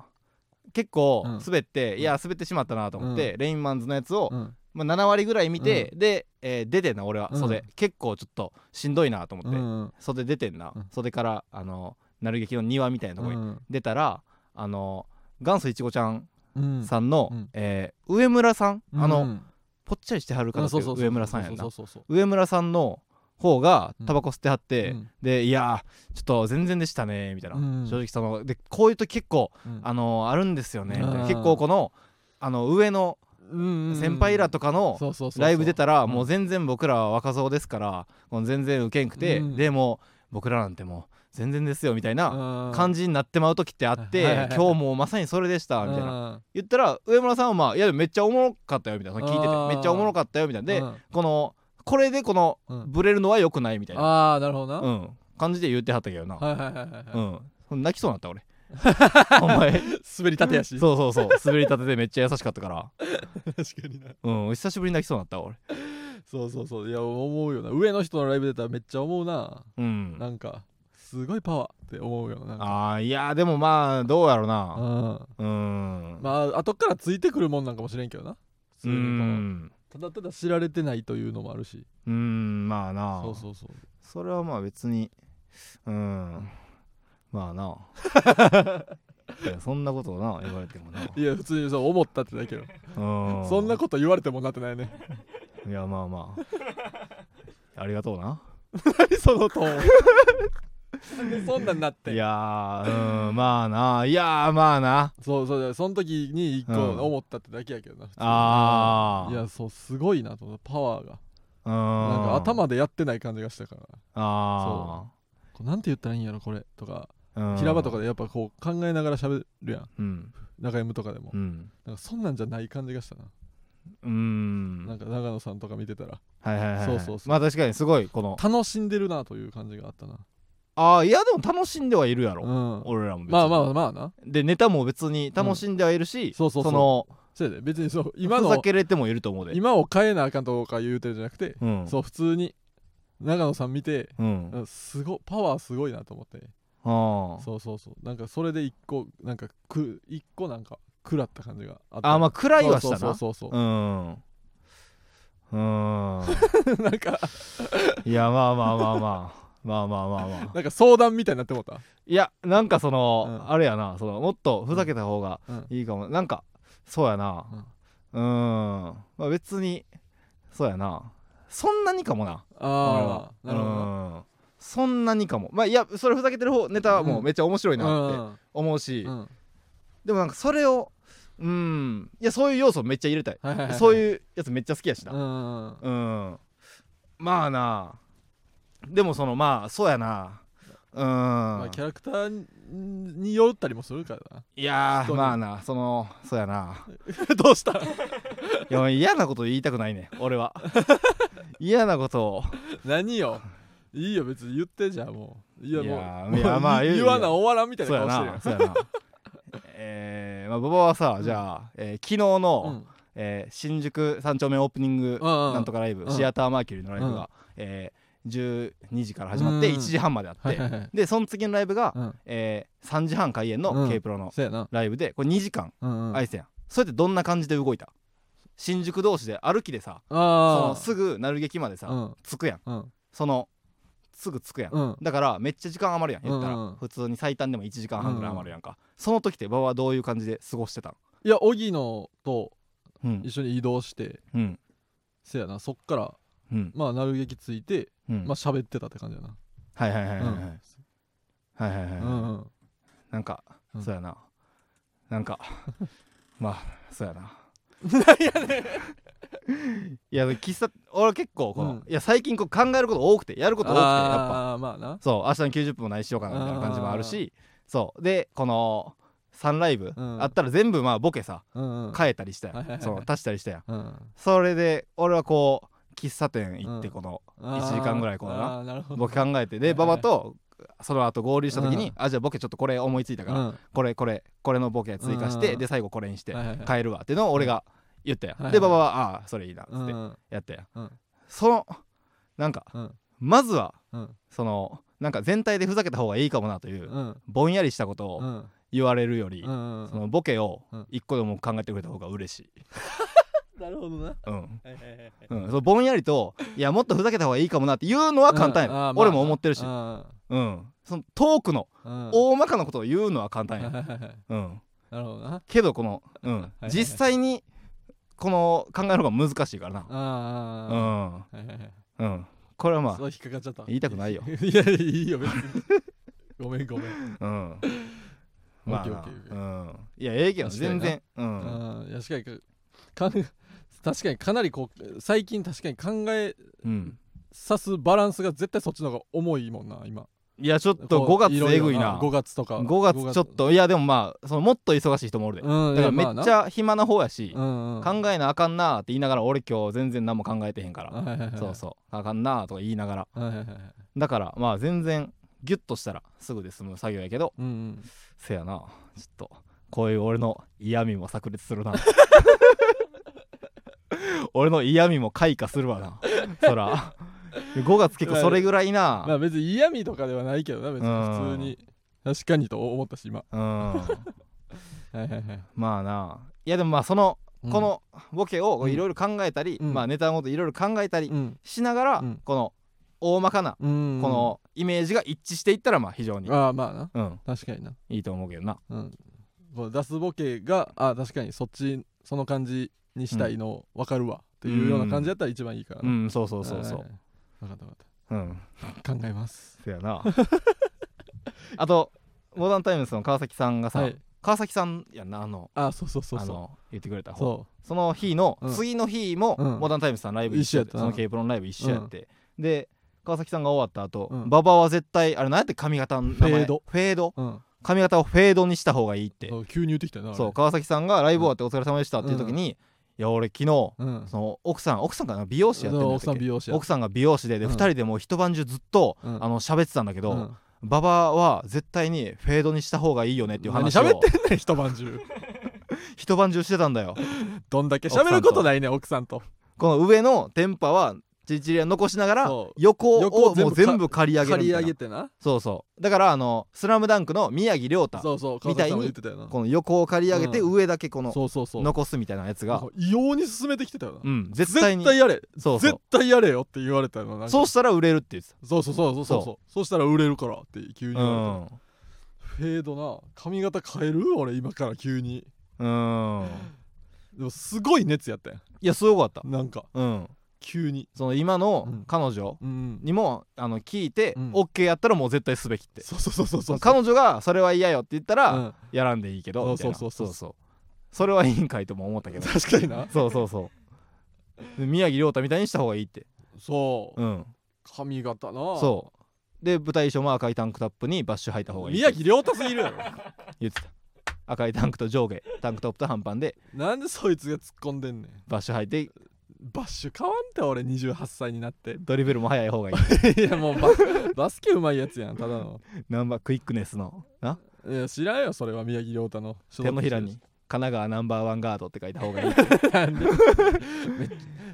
A: 結構
B: うん
A: 滑って、いや滑ってしまったなと思って、レインマンズのやつを、
B: うん
A: まあ、7割ぐらい見て、で、えー出てんな俺は
B: うん
A: 袖、結構ちょっとしんどいなと思って、
B: うん
A: 袖出てんな、
B: うん
A: 袖からあのなる劇の庭みたいなとこに、
B: うん
A: 出たらあの元祖いちごちゃん
B: うん
A: さんの、
B: うん
A: えー上村さん、あ
B: う
A: の
B: ん
A: ぽっちゃりしてはる
B: あ
A: 方って
B: そう
A: い
B: そう
A: う
B: そう
A: 上村さんやんな
B: そうそうそうそう
A: 上村さんの方が
B: うん
A: タバコ吸ってはって、
B: うん
A: でいやーちょっと全然でしたねみたいな、
B: うん
A: 正直そのでこういう時結構、
B: うん
A: あのーあるんですよねみたいな
B: うん
A: 結構このあの上の
B: うんうん
A: 先輩らとかの
B: そうそうそうそう
A: ライブ出たら
B: ん
A: もう全然僕らは若造ですからもう全然ウケんくて、
B: うん
A: でも僕らなんてもう全然ですよみたいな
B: うん
A: 感じになってまう時ってあって、
B: はいはいはいはい
A: 今日もうまさにそれでしたみたいな、
B: な
A: 言ったら上村さんはまあいやめっちゃおもろかったよみたいな聞いて
B: あー
A: てめっちゃおもろかったよみたいなで、このこれでこのブレるのは良くないみたいな、
B: ああなるほどな
A: う
B: は
A: ん、感じで言ってはったけどな、
B: いはいはいはいは
A: う
B: い
A: ん、泣きそうになった俺お 前
B: 滑りたてやし
A: そうそうそう滑りたてでめっちゃ優しかったから、
B: 確かにな
A: うん、久しぶりに泣きそうになった俺、
B: そうそうそういや思うよな上の人のライブ出たらめっちゃ思うな
A: うん、
B: なんかすごいパワーって思うよななんか
A: あーいやでもまあどうやろうな
B: うん
A: うん
B: まあ後からついてくるもんなんかもしれんけどな普通
A: う
B: にこうんただただ知られてないというのもあるし
A: うんまあな
B: そうそうそう
A: それはまあ別にうんまあ ないやそんなことをな言われてもない
B: や普通にそう思ったってだけよ
A: うん
B: そんなこと言われてもなってないね
A: いやまあま あありがとうな
B: 何 そのトーンなんで そんなんなって
A: いやーうんまあないやーまあな
B: そうそうその時に一個
A: うん
B: 思ったってだけやけどな、普通に
A: あー
B: いやそうすごいなと思ったパワーが
A: うん
B: なんか
A: あ
B: 頭でやってない感じがしたから
A: あ
B: こうなんて言ったらいいんやろこれとか
A: ー
B: 平場とかでやっぱこう考えながら喋るやん
A: うん
B: 中 M とかでも
A: うん
B: なんかそんなんじゃない感じがしたな、
A: うん
B: なんか長野さんとか見てたら
A: はいはいはいはい
B: そうそうそう
A: まあ確かにすごいこの
B: 楽しんでるなという感じがあったな
A: ああいやでも楽しんではいるやろ、
B: うん
A: 俺らも別に
B: まあまあまあな
A: でネタも別に楽しんではいるし、
B: そうそうそう
A: の
B: そうやで別にそう今
A: 今ふざ
B: の
A: けれてもいると思うで
B: 今を変えなあかんとか言うてるんじゃなくて、
A: うん
B: そう普通に長野さん見て、
A: うん
B: うんすごパワーすごいなと思って
A: あー
B: そうそうそうなんかそれで一個なんかく一個なんか食らった感じがあった
A: あーまあ暗いはしたな
B: そうそうそうそう
A: うんうーん
B: なんか
A: いやまあまあまあまあまあまあまあまあ
B: なんか相談みたいになってもうた
A: いやなんかその、
B: うん
A: あれやなそのもっとふざけた方が
B: うん
A: いいかも、なんかそうやなうーんまあ別にそうやなそんなにかもな
B: ああ
A: 俺
B: なるほどな
A: うんそんなにかもまあいやそれふざけてる方ネタはもうめっちゃ面白いなって
B: うん
A: 思うし、
B: うん
A: でもなんかそれをうんいやそういう要素めっちゃ入れたい、
B: はいはいはい
A: そういうやつめっちゃ好きやしな
B: うんうんうん
A: うんまあなでもそのまあそうやなうん、
B: まあキャラクターにによったりもするから
A: いやー
B: 人に
A: まあなそのそうやな
B: などうした
A: いや嫌なこと言いたくないね俺 は嫌なことを
B: 何よいいよ別に言ってじゃあもういや
A: い
B: もう
A: や
B: も
A: い
B: う
A: やまあ
B: 言
A: いい
B: 言
A: よ
B: わな終わらんみたい
A: そう
B: な
A: や
B: 顔してるや
A: なんそうやなえーまあ馬場はさじゃあ、えー昨日の、
B: うん
A: えー新宿三丁目オープニング
B: うんうん
A: なんとかライブ、
B: うん
A: シアターマーキュリーのライブが、
B: うん
A: えー12時から始まって
B: うん
A: 1時半まであって、
B: はいはいはい
A: でその次のライブが、
B: うん
A: えー3時半開演
B: う
A: の
B: ん
A: K プロの
B: そうやな
A: ライブでこれ2時間
B: うんうん
A: 愛せやん、それってどんな感じで動いた新宿同士で歩きでさそ
B: あ
A: のすぐ鳴る劇までさ、
B: うん
A: 着くやん
B: うん
A: そのすぐ着くやん、
B: うん
A: だからめっちゃ時間余るやん言ったら、
B: うんうん
A: 普通に最短でも1時間半ぐらい余るやんか、その時って馬場はどういう感じで過ごしてたん
B: いや荻野と
A: うん
B: 一緒に移動して
A: うん
B: せやなそっから
A: うん
B: まあなる劇ついて
A: うん、
B: まあ喋ってたって感じやな
A: はいはいはいはいはい、
B: うん
A: はいはいはい、
B: うんうん
A: なんか、
B: うん
A: そうやななん かまあそうやな何 やねんいや喫茶俺結構この、
B: うん
A: いや最近こう考えること多くてやること多くてやっぱ
B: あーまあな
A: そう明日の90分も何しようかなみたいな感じもあるしそうでこの3ライブ、
B: うん
A: あったら全部まあボケさ
B: うんうん
A: 変えたりしたやん、
B: はいはいはい
A: その足したりしたやん
B: うん
A: それで俺はこう喫茶店行って
B: うん
A: この、
B: 1
A: 時間ぐらいこうな
B: なるほど
A: ボケ考えてで
B: はいはい
A: 馬場とその後合流した時に、
B: うん
A: あじゃあボケちょっとこれ思いついたから、
B: うん
A: これこれこれのボケ追加し
B: うんうん
A: て、
B: うん
A: で最後これにして
B: はいはいはい
A: 変えるわっていうのを俺が言ったよ、
B: はいはい
A: で馬場はああーそれいいなっつ
B: う
A: って
B: ん
A: やったよ、
B: うん
A: そのなんか
B: うん
A: まずは
B: うん
A: そのなんか全体でふざけた方がいいかもなという、
B: うん
A: ぼんやりしたことを
B: うん
A: 言われるより、
B: うんうん
A: そのボケを
B: うん
A: 一個でも考えてくれた方が嬉しい、
B: なるほどなは
A: うん
B: いはいはいはい
A: うん、そのぼんやりといやもっとふざけた方がいいかもなっていうのは簡単や、
B: うんあーまあ
A: 俺も思ってるし、
B: うん
A: うん、そのトークの
B: うん
A: 大まかなことを言うのは簡単
B: はい
A: や、
B: はいはいはい
A: うん、
B: なるほどな
A: けどこの、うん
B: は、い
A: 実際にこの考える方が難しいからな
B: あ
A: う
B: ー
A: ん
B: はいはいはい
A: うんこれはま
B: そう引っかかっちゃった
A: 言いたくないよ
B: いやいやいいよ別にごめんごめん
A: あ うんまあな
B: オッケーオッケーオッケ
A: うんいやええけど
B: 確か
A: 全
B: にな
A: 然うん
B: うんいや確かにかかん確かにかなりこう最近確かに考え
A: うん
B: さすバランスが絶対そっちの方が重いもんな今
A: いやちょっと
B: こ
A: 5
B: う
A: 月
B: ろ
A: え
B: ろ
A: ぐいな
B: 5月とか
A: 5月ちょっといやでもまあそのもっと忙しい人もおるで
B: うん
A: だか
B: い
A: ら
B: や
A: め
B: まあ
A: っ
B: な
A: ちゃ暇な方やし
B: うんうん
A: 考えなあかんなあって言いながら俺今日全然何も考えてへんから
B: はいはいはい
A: そうそうあかんなあとか言いながら
B: はいはいはいはい
A: だからまあ全然ギュッとしたらすぐで済む作業やけど
B: うんうん
A: せやなちょっとこういう俺の嫌味も炸裂する な俺の嫌味も開花するわなそら5月結構それぐらい
B: ま
A: な
B: あ別に嫌味とかではないけどな別に普通に確かにと思ったし今
A: うん
B: はいはいはい
A: まあないやでもまあその
B: うん
A: このボケを
B: うん
A: いろいろ考えたり、
B: うん
A: まあネタのこといろいろ考えたり
B: うん
A: しながら、
B: うん
A: この大まかな
B: うん
A: このイメージが一致していったらまあ非常に、
B: ああまあな
A: うん、
B: 確かにない
A: いと思うけどな
B: うんこう出すボケがあ確かにそっちその感じにしたいの分かるわっていうような感じだったら一番いいから
A: う
B: な、
A: んそうそうそうそう
B: はい分かった分か
A: うん
B: った考えます
A: そやな あとモダンタイムスの川崎さんがさ、
B: はい
A: 川崎さんやんなあの
B: あそうそうそう
A: あ
B: そ
A: の言ってくれた
B: う
A: 方そ
B: そ
A: の日の、
B: うん
A: 次の日も、
B: うん
A: モダンタイムスさんライブ一緒やって
B: 一
A: そ
B: 緒や
A: の
B: ったな
A: K プロのライブ一緒やって、で川崎さんが終わった後、
B: うん
A: 馬場は絶対あれ何やって髪型の名前
B: フェード
A: フェード
B: ううん
A: 髪型をフェードにした方がいいって
B: そう急に言ってきたよなあれ
A: そう川崎さんがライブ終わってお疲れ様でしたっていう時に、いや俺昨日
B: うん
A: その奥さん奥さんかな美容師やってんだ
B: 奥さん美容師や
A: 奥さんが美容師でで、
B: うん
A: 2人でもう一晩中ずっと、
B: うん
A: あの喋ってたんだけど、
B: うん
A: 馬場は絶対にフェードにした方がいいよねっていう
B: 何
A: 話を
B: 喋ってんね ん一晩中
A: 一晩中してたんだよ
B: どんだけ喋ることないねん奥さんと
A: この上のテンパはチンチリは残しながら
B: そう
A: 横
B: 横
A: を
B: を全部
A: もう全部刈り上げる
B: 借
A: み
B: り
A: たい
B: 上
A: な
B: げてな
A: そうそうだからあの「スラムダンクの宮城亮太
B: そうそう
A: みたいに
B: 川崎さんも言ってたよな
A: この横を刈り上げて
B: うん
A: 上だけこの
B: そうそうそう
A: 残すみたいなやつが
B: そう異様に進めてきてたよな、
A: うん絶対に
B: やれ
A: そうそ
B: 絶対やれよって言われたのなん
A: う
B: か
A: そうしたら売れるって言ってた
B: そうそうそうそうそうそうそうしたら売れるからって急に言
A: う
B: われた、
A: ん
B: フェードな髪型変える俺今から急に
A: うん
B: でもすごい熱やったや
A: いやすごかった
B: んなんか
A: うん
B: 急に
A: その今
B: う
A: の
B: ん
A: 彼女
B: うん
A: にもあの聞いて
B: うん
A: OK やったらもう絶対すべきって
B: そうそうそうそう
A: そ
B: そう
A: の彼女がそれは嫌よって言った
B: う
A: ら
B: ん
A: やらんでいいけどみたいな
B: そうそうそう
A: そうそれはいいんかいとも思った けど
B: 確かにな
A: そうそうそうで宮城亮太みたいにした方がいいって
B: そう、
A: うん
B: 髪型な
A: そうで舞台衣装も赤いタンクトップにバッシュ履いた方がいいっ
B: 宮
A: て
B: 城亮太すぎるやろ
A: 言ってた赤いタンクと上下タンクトップと半パンで
B: なんでそいつが突っ込んでんねん
A: バッシュ履いて
B: バッシュ変わんて俺28歳になって
A: ドリブルも速 い方 がいい
B: いやもうババスケうまいやつやんただの
A: ナンバークイックネスのない
B: や知らんよそれは宮城亮太の
A: 手のひらに神奈川ナンバーワンガードって書いた方が いい
B: なんでめっ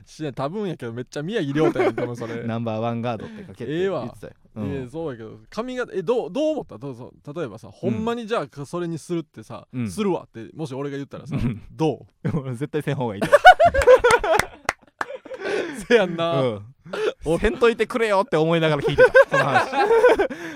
B: 知らん多分やけどめっちゃ宮城亮太やん多分 それ
A: ナンバーワンガードって書けって
B: ええわ
A: 言ってたよ、
B: え
A: うん
B: ーそうやけど髪型えどうどう思ったどうぞ例えばさ、ほんまにじゃあそれにするってさ、
A: うん
B: するわってもし俺が言ったらさ、
A: うん
B: ど
A: 俺 絶対せん方がいいと
B: うせやん な、
A: うん、せんといてくれよって思いながら聞い てたその話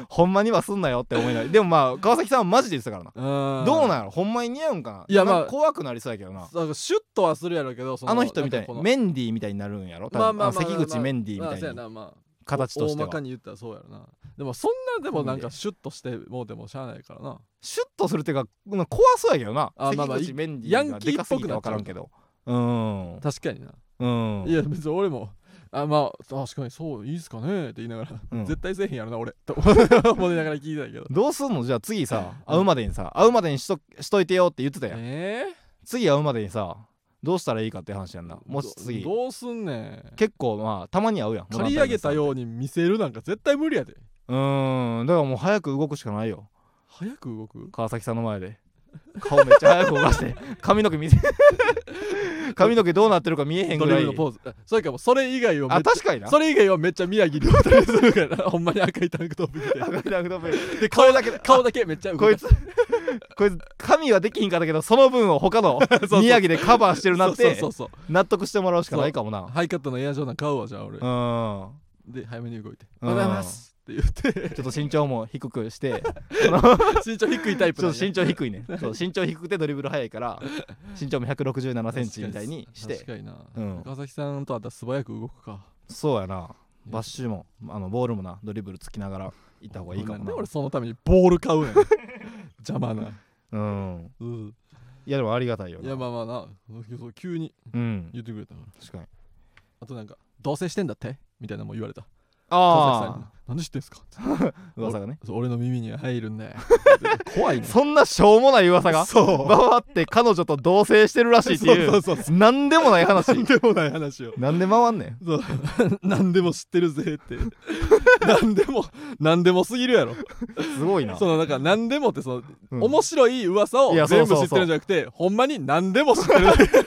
A: ほんまにはすんなよって思いながらでもまあ川崎さんはマジで言ってたからなどうなん
B: ん
A: やろほんまに似合うんかない
B: いやまあ
A: 怖くなりそうやけどな
B: なんかシュッとはするやろうけどそ
A: あの人みたい
B: なんか
A: に
B: この
A: メンディーみたいになるんやろ多分
B: まあまあまあ
A: あの関口メンディー
B: まあ
A: み
B: そ
A: た
B: うや
A: いな
B: なまあ
A: 形として
B: 大まか
A: は
B: に言ったらそうやろなでもそんなでもなんかシュッとしてもうでもしゃあないからな
A: シュッとするっていうかうん怖そうやけどな
B: あまあまあ
A: 関口メンディーがでかすぎて分からんけどうん
B: 確かにな、
A: うん
B: いや別に俺もあまあ確かにそういいっすかねって言いながら、
A: うん
B: 絶対せえへんやろな俺 と思いながら聞いてたけど
A: どうすんのじゃあ次さ
B: うん
A: 会うまでにさ会うまでにしとしといてよって言ってたやん
B: ええ
A: 次会うまでにさどうしたらいいかって話やんなもし次
B: どどうすんねん
A: 結構まあたまに会うやん
B: 刈り
A: モナ
B: 上げた
A: タイムさん
B: ように見せるなんか絶対無理やで
A: うーんだからもう早く動くしかないよ
B: 早く動く
A: 川崎さんの前で顔めっちゃ早く動かして 髪の毛見せ髪の毛どうなってるか見えへんぐ
B: ドリブ
A: ら
B: ル
A: い
B: のポーズあそれかもうそれ以外はめ
A: あ
B: っちゃ
A: 確かにな
B: それ以外はめっちゃ宮城亮太にするからなほんまに赤いタンクトップ着て
A: 赤いタンクトップ
B: で
A: 顔だけで
B: 顔だけめっちゃ動
A: こい
B: つ
A: つ こいつ髪はできひんかったけどその分を他の
B: そう
A: 宮城でカバーしてるなっ
B: そう
A: て
B: そうそうそう
A: 納得してもらうしかないかもな
B: ハイカットのエアジョーダン買うわじゃあ俺
A: うーん
B: で早めに動いて「
A: う
B: お
A: ん
B: はようございます」って言って
A: ちょっと身長も低くして
B: 身長低いタイプ
A: ち
B: な
A: ょ
B: ん
A: っと
B: や
A: 身長低い ねそう身長低くてドリブル速いから身長も1 6 7ンチみたいにして
B: 確かにな、
A: うん
B: 川崎さんとあったら素早く動くか
A: そうやなバッシュもあのボールもなドリブルつきながら行った方がいいか
B: なん
A: も
B: で
A: な
B: 俺そのためにボー ル買うねん邪魔な、
A: うん
B: うん、
A: いやでもありがたいよ
B: い
A: な
B: やまあまあなそう急に
A: うん
B: 言ってくれたから
A: 確かに
B: あとなんか「同棲してんだって?」みたいなのも言われた川崎さんに
A: ああ
B: 「なんで知ってんすか?って
A: 噂がね」
B: そう俺の耳に入る んで怖いね
A: そんなしょうもない噂が
B: そう
A: ババって彼女と同棲してるらしいってい
B: そう
A: う
B: そうそう
A: なんでもない
B: なん
A: 話
B: でもない話を
A: なんで回んねん
B: そう何でも知ってるぜって何でも何でもすぎるやろ
A: すごいな
B: そのなんか何でもってその、
A: うん
B: 面白い噂を
A: いやそう
B: 全部
A: そ
B: 知
A: う
B: っ
A: そう
B: てるんじゃなくてほんまに何でも知ってる だけ
A: 確か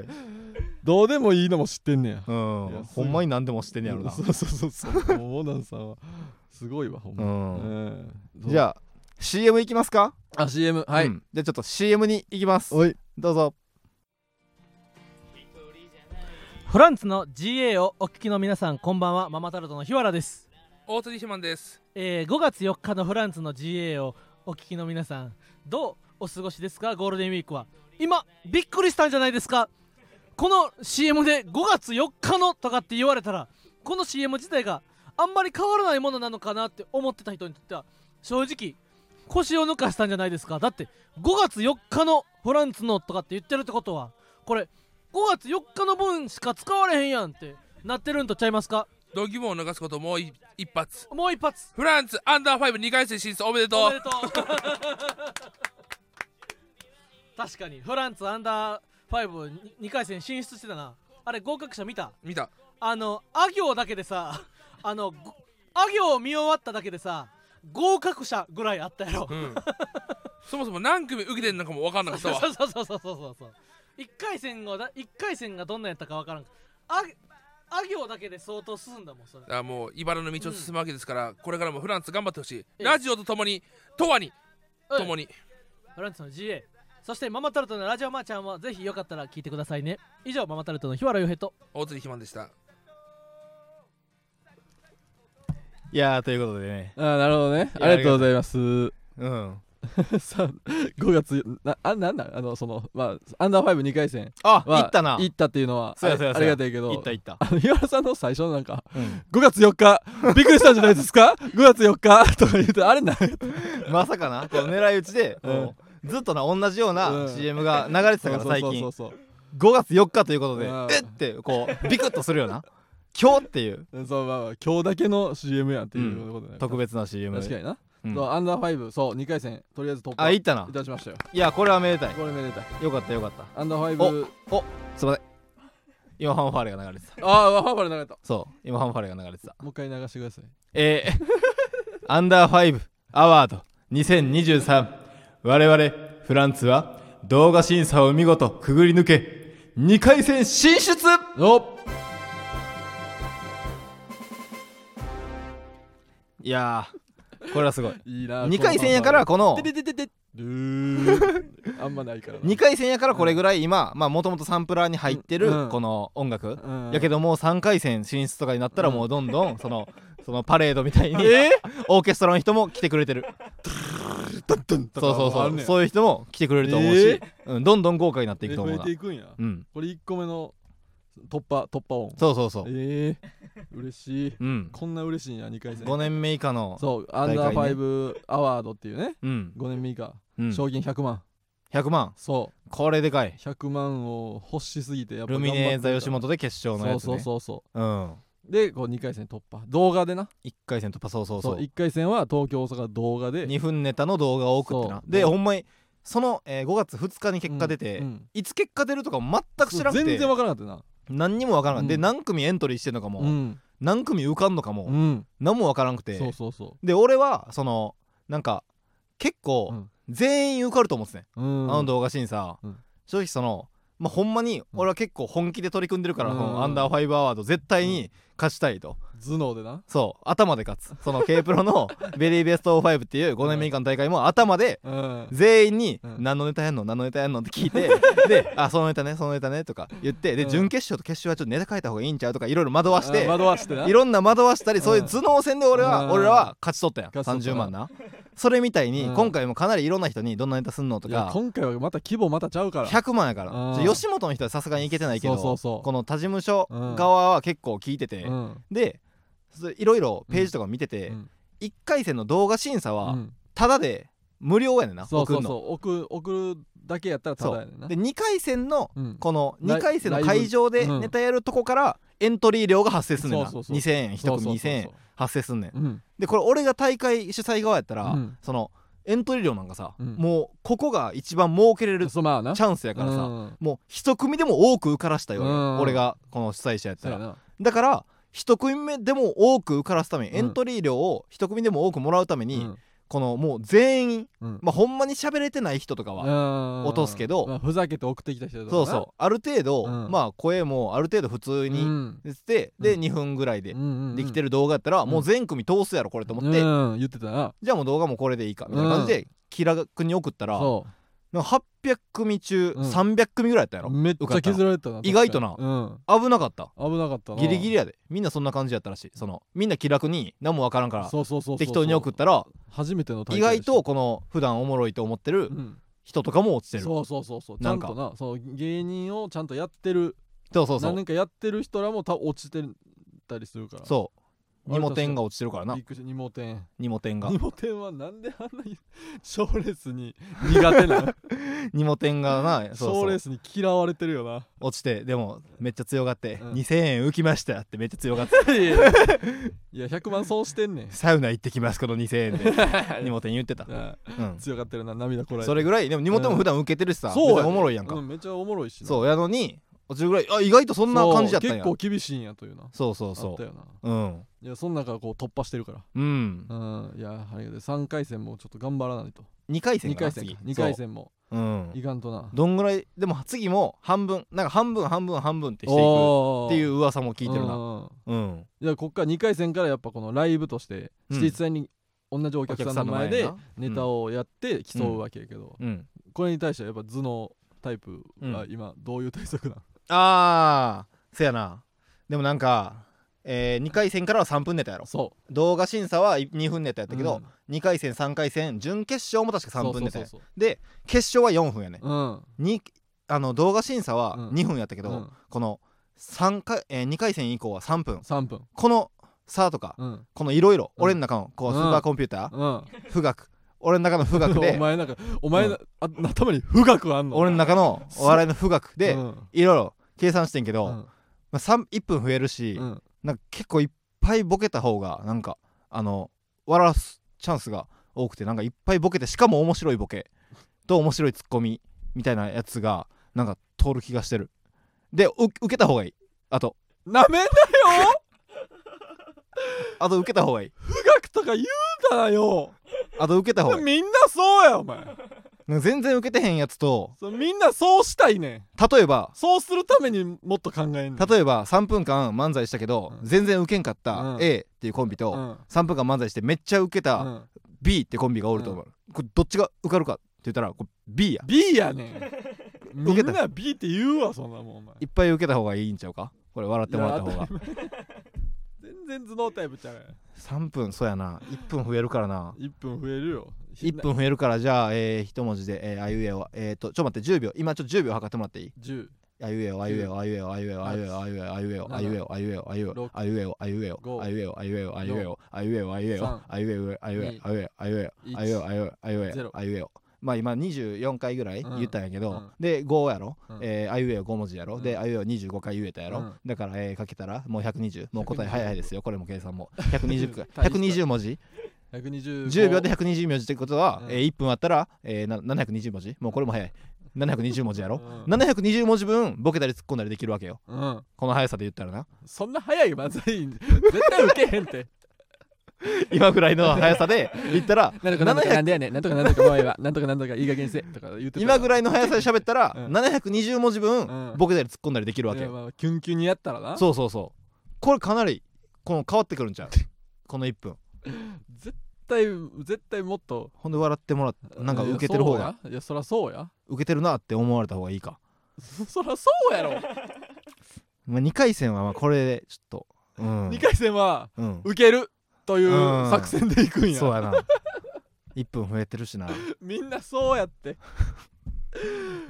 A: に
B: どうでもいいのも知ってんねや
A: う
B: い
A: ん
B: や
A: ほんまになんでも知ってんねやろな
B: そうそうそうそうモナンさんはすごいわほん
A: う
B: ま、
A: んじ
B: じゃ
A: ゃあ CM いきますか
B: ああ CM はい、
A: うんじゃあちょっと CM に行きます
B: おい
A: どうぞ
C: フランツの GA をお聞きの皆さんこんばんはママタルトの日原です、
D: 大鳥ひまんです
C: えー5月4日のフランツの GA をお聞きの皆さんどうお過ごしですかゴールデンウィークは今びっくりしたんじゃないですかこの CM で5月4日のとかって言われたらこの CM 自体があんまり変わらないものなのかなって思ってた人にとっては正直腰を抜かしたんじゃないですかだって5月4日のフランツのとかって言ってるってことはこれ5月4日の分しか使われへんやんってなってるんとちゃいますか
D: 同義門を逃すこともうい一発
C: もう一発
D: フランツアンダーファイブ2回戦進出おめでと
C: お
D: う
C: めでとう確かにフランツアンダー52回戦進出してたなあれ合格者見た
D: 見た
C: あのあ行だけでさあのごあ行を見終わっただけでさ合格者ぐらいあったやろ
D: うんそもそも何組受けてんのかも分かんなかった
C: そう
D: わ
C: そうそうそうそうそうそう1回戦がだ一回戦がどんなんやったか分からんああ行だけで相当進んだもんそれ
D: だからもう茨の道を進むわけですから、これからもフランス頑張ってほしい
C: え
D: ラジオとともにとわに
C: はい
D: ともに
C: フランツの GA そしてママタルトのラジオマーちゃんはぜひよかったら聞いてくださいね以上ママタルトの日原洋平と
D: 大鶴ひまんでした
A: いやーということでね
B: あーなるほどね
A: いや
B: ありがとうございます
A: うん
B: さあ5月なあなんなんあのそのまあアンダーファイブ2回戦
A: あ
B: は
A: 行ったな
B: 行ったっていうのは
A: そうやそうや
B: ありありがたいけど
A: 行った行った
B: あの日原さんの最初のなんか
A: うん
B: 5月4日びっくりしたんじゃないですか5月4日 とか言うてあれな
A: まさかなこう狙い撃ちで、
B: うん
A: こうずっとな同じよう
B: う
A: なん CM が流れてたから最
B: そ
A: 近
B: うそうそう
A: 5月4日ということで
B: うん
A: えってこうビクッとするよな 今日っていう
B: そうそうまあまあ今日だけの CM やんっていうことね、
A: 特別な CM
B: 確かにな、
A: うん
B: そうアンダーファイブそう2回戦とりあえず突破
A: あ
B: い
A: 行ったな
B: たしましたよ
A: いやこれはめでたい
B: これめでたい
A: よかったよかった
B: アンダーファイブ
A: すいません今ファンファーレが流れてた
B: ああファンファレなかった
A: そう今ファンファーレが流れてた
B: もう一回流してください
A: えー、アンダーファイブアワード2023我々フランツは動画審査を見事くぐり抜け2回戦進出
B: おっ
A: いやーこれはすごい
B: いいな
A: 2回戦やからこの
B: てててててルーあんまないから
A: 2回戦やからこれぐらい今まあもともとサンプラーに入って
B: うんう
A: る
B: ん
A: この音楽
B: うん
A: やけどもう3回戦進出とかになったらもうどんどんそのそのパレードみたいにオーケストラの人も来てくれてるそうそう
B: とかも
A: そ
B: あん
A: う
B: ねん
A: そういう人も来てくれると思うし、
B: え
A: うん、どんどん豪華になってい
B: え
A: くと
B: 増
A: 思う
B: え
A: な
B: ていくんや
A: うん
B: これ1個目の突破突破音
A: そうそうそう、
B: ええ嬉しい
A: うん、
B: こんな嬉しいんや2回戦
A: 5年目以下の
B: そうアンダーファイブアワードっていうね
A: うん、
B: 5年目以下
A: うん、
B: 賞金100万
A: 100万
B: そ
A: これでかいう
B: 100万を欲しすぎてやっぱ
A: ル
B: 頑張
A: ミ
B: って
A: ネーザ吉本で決勝のやつ、ね、
B: そうそうそうそ
A: うん
B: うでこう2回戦突破動画でな
A: 1回戦突破そうそう
B: そ
A: そうう
B: 1回戦は東京大阪動画で
A: 2分ネタの動画を送ってな
B: そう
A: でほんまにその、え5月2日に結果出て、
B: うんうん
A: いつ結果出るとかも全く知らなく
B: 全
A: て
B: 然わからなかったな
A: 何にもわからん、
B: うん
A: で何組エントリーしてんのかも、
B: うん
A: 何組受かんのかも、
B: うん
A: 何もわからんくて
B: そうそうそ
A: で俺はそのなんか結構、
B: うん
A: 全員受かると思ってたね、
B: ううん
A: あの動画審査、
B: うん
A: 正直その、まあ、ほんまに俺は結構本気で取り組んでるから、
B: うん
A: このアンダーファイブアワード絶対に勝ちたいと、
B: 頭脳でな
A: そう頭で勝つその K プロ のベリーベスト5っていう5年目以下の大会も頭で
B: うん
A: 全員に
B: うん
A: 何のネタやんの何のネタやんのって聞い てであそのネタねそのネタねとか言ってで
B: うん
A: 準決勝と決勝はちょっとネタ変えた方がいいんちゃうとかいろいろ惑わして
B: あ惑わしてない
A: ろんな惑わしたりそういう頭脳戦で俺
B: う
A: は
B: ん
A: 俺らは勝ち取ったやん
B: 勝ち取った
A: 30万なそれみたいに
B: うん
A: 今回もかなりいろんな人にどんなネタすんのと
B: いや
A: か
B: 今回はまた規模またちゃうから
A: 100万やか
B: う
A: ら
B: ん
A: じゃあ吉本の人はさすがにいけてないけ
B: そうそうそ
A: ど
B: う
A: この他事務所側は結構聞いてて
B: うん
A: でそれいろいろページとか見てて
B: うん
A: 1回戦の動画審査
B: う
A: は
B: ん
A: タダで無料やねんな
B: そう
A: 送
B: そ
A: ん
B: う
A: の
B: そう送る送るだけやったらただやねんな
A: で2回戦の
B: うん
A: この
B: ライ
A: 2回戦の会場で
B: ライブうん
A: ネタやるとこからエントリー料が発生すんねんな
B: そうそうそう
A: 2000円1組2000円
B: そうそう
A: 発生すんねん
B: そううん
A: でこれ俺が大会主催側やったら、
B: うん
A: そのエントリー料なんかさ、
B: うん
A: もうここが一番儲けれるチ
B: そうまあな
A: ャンスやからさ、
B: うん
A: もう一組でも多く受からしたいわけよ、
B: うん
A: 俺がこの主催者やった
B: そう
A: ら、
B: やな
A: だから一組目でも多く受からすために
B: うん
A: エントリー料を一組でも多くもらうために、
B: うん
A: このもう全員、
B: うん
A: まあ、ほんまに喋れてない人とかは、
B: 落
A: 落とすけど
B: ふざけて送ってきた人とか
A: そうそうある程度、
B: うん
A: まあ声もある程度普通
B: う
A: に
B: ん
A: 出て、で
B: うん
A: 2分ぐらいでできて
B: る
A: る動画やったら、
B: ん
A: もう全組通すやろこれと思って、
B: うん言ってたな
A: じゃあもう動画もこれでいいかみたいな感じで気楽に送ったら、
B: そ
A: なんか800組中
B: うん
A: 300組ぐらいやったやろ、
B: うめっちゃ削られたな
A: 受かった
B: 確かに
A: 危なかった
B: うん危なかったな
A: ギリギリやでみんなそんな感じやったらしいそのみんな気楽に何もわからんから
B: そうそうそうそう
A: 適当に送ったら
B: 初めての大
A: 意
B: 会
A: 外とこの普段おもろいと思ってる
B: うん
A: 人とかも落ちてる、
B: そうそうそうそうち
A: な
B: ゃ
A: ん
B: ん
A: か
B: となそう芸人をちゃんとやってる
A: そうそうそ
B: 何
A: う
B: 年かやってる人らもた落ちてたりするから
A: そう二
B: 割と
A: モ点が落ちてるからな
B: びっくりした二毛点
A: 二モ点が
B: 二毛点はなんであんなに 賞レースに苦手 なの
A: 二モ点が なそう
B: 賞
A: そ
B: レ
A: う
B: ースに嫌われてるよな
A: 落ちてでもめっちゃ強がって、
B: うん
A: 2000円浮きましたってめっちゃ強がっ て
B: いやいやいや100万損してんねん
A: サウナ行ってきますこの2000円 で二モ点言ってた、
B: ああ
A: うん、
B: 強がってるな涙こらえて
A: それぐらいでも荷物も普段受けてるしさ、
B: そうやね
A: 別におもろいやんか、
B: うめっちゃおもろいしな
A: そうやのに落ちるぐらいあ意外とそんな感じだったん
B: 結
A: や
B: 構厳しいんやというな
A: そうそう
B: あっ
A: そ
B: たよな
A: ううん
B: いやその中こう突破してるから
A: うん
B: うんいやありがとう3回戦もちょっと頑張らないと
A: 2回戦
B: 2
A: かな
B: 回戦
A: 次
B: か2回戦も
A: そううん
B: いかんとな
A: どんぐらいでも次も半分なんか半分半分半分ってしていく
B: おー
A: っていう噂も聞いてる
B: う
A: なん
B: うんうん
A: うん
B: いやこっから2回戦からやっぱこのライブとして
A: うん
B: 実際に同じお客さんの前で
A: お客さんの前やな
B: ネタをやって競うわけやけど
A: うん
B: これに対してはやっぱ頭脳タイプは今どういう 対策なん
A: あーせやなでもなんかえ2回戦からは3分ネタやろ
B: そう
A: 動画審査は2分ネタやったけ
B: う
A: ど
B: ん
A: 2回戦3回戦準決勝も確か3分ネタや
B: そうそう
A: で決勝は4分やね
B: そうそう
A: にあの動画審査は
B: うん
A: 2分やったけ
B: うんう
A: ど
B: ん
A: この3回えー2回戦以降は3分
B: 3分
A: この差とか
B: うん
A: このいろいろ
B: うん
A: 俺の中のこうス
B: うん
A: ーパーコンピューター
B: うん
A: 富岳俺の中の富岳
B: お
A: で
B: 前なんかお前なあ頭に富岳あんの
A: 俺の中のお笑いの富岳で
B: うん
A: いろいろ計算してんけ
B: う
A: ど
B: ん
A: まあ3 1分増えるし
B: うん
A: なんか結構いっぱいボケた方がなんかあの笑わすチャンスが多くてなんかいっぱいボケてしかも面白いボケと面白いツッコミみたいなやつがなんか通る気がしてるでう受けた方がいいあと
B: なめんなよ
A: あと受けた方がいい
B: 富岳とか言うたらよ
A: あと受けた方がいい
B: みんなそうやお前
A: なんか全然受けてへんやつと
B: そうみんなそうしたいねん
A: 例えば
B: そうするためにもっと考えんねん
A: 例えば3分間漫才したけど
B: うん
A: 全然受けんかっ
B: う
A: た
B: ん
A: A っていうコンビ
B: う
A: と
B: ん
A: 3分間漫才してめっちゃ受け
B: う
A: た
B: ん
A: B ってコンビがおると思うこれどっちが受かるかって言ったらこれ B や
B: B やねんみ
A: 受け
B: ん
A: た
B: な B って言うわそんなもんお前
A: いっぱい受けた方がいいんちゃうかこれ笑ってもらった方が
B: 全然頭脳タイプちゃうやん
A: 3分そうやな1分増えるから な
B: 1分増えるよ
A: 1分増えるからじゃあ、えー、一文字で、えー、あいうえをえっ、ー、とちょっと待って10秒今ちょっと10秒測ってもらっていい
B: 10
A: あいうえおあいうえおあいうえおあいうえおあいうえおあいうえおあいうえおあいうえおあいうえおあいうえおあいうえおあいうえおあいうえおあいうえおあいうえおあいうえおあいうえおあいうえおあいうえおあいうえおあいうえおあいうえおあいうえおあいうえおあいうえおまあ今24回ぐらい言ったんやけど、で5やろ、えあいうえお5文字やろ、であいうえお25回言えたやろ、だから、えかけたらもう120もう答え早いですよこれも計 算も120回120文字
B: 120
A: 10秒で120文字ってことは、え1分あったら、えー、な720文字もうこれも早い720文字やろ、720文字分ボケたり突っ込んだりできるわけよ
B: うん
A: この速さで言ったらな
B: そんな早い漫才絶対受けへんって
A: 今ぐらいの速さで 言ったら
B: なんとかなんとかなんでやねんなんとかなんとかお前はなんとかなんとかいい加減にせとか言って
A: 今ぐ
B: ら
A: らい
B: い
A: の速さで喋ったら
B: うん
A: 720文字
B: う
A: 分
B: ん
A: ボケたり突っ込んだりできるわけ
B: や
A: よ
B: まあキュンキュンにやったらな
A: そうそうそうこれかなりこの変わってくるんちゃうこの1分
B: 絶対絶対もっと
A: ほんで笑ってもらってなんか受けてる方が
B: いやそらそうや
A: 受けてるなって思われた方がいいか、
B: そらそうやろ
A: まあ、2回戦はまあこれでちょっとうん
B: 2回戦は
A: うん
B: 受けるという
A: うん
B: 作戦でいくんや
A: そうやな1分増えてるしな
B: みんなそうやって
A: う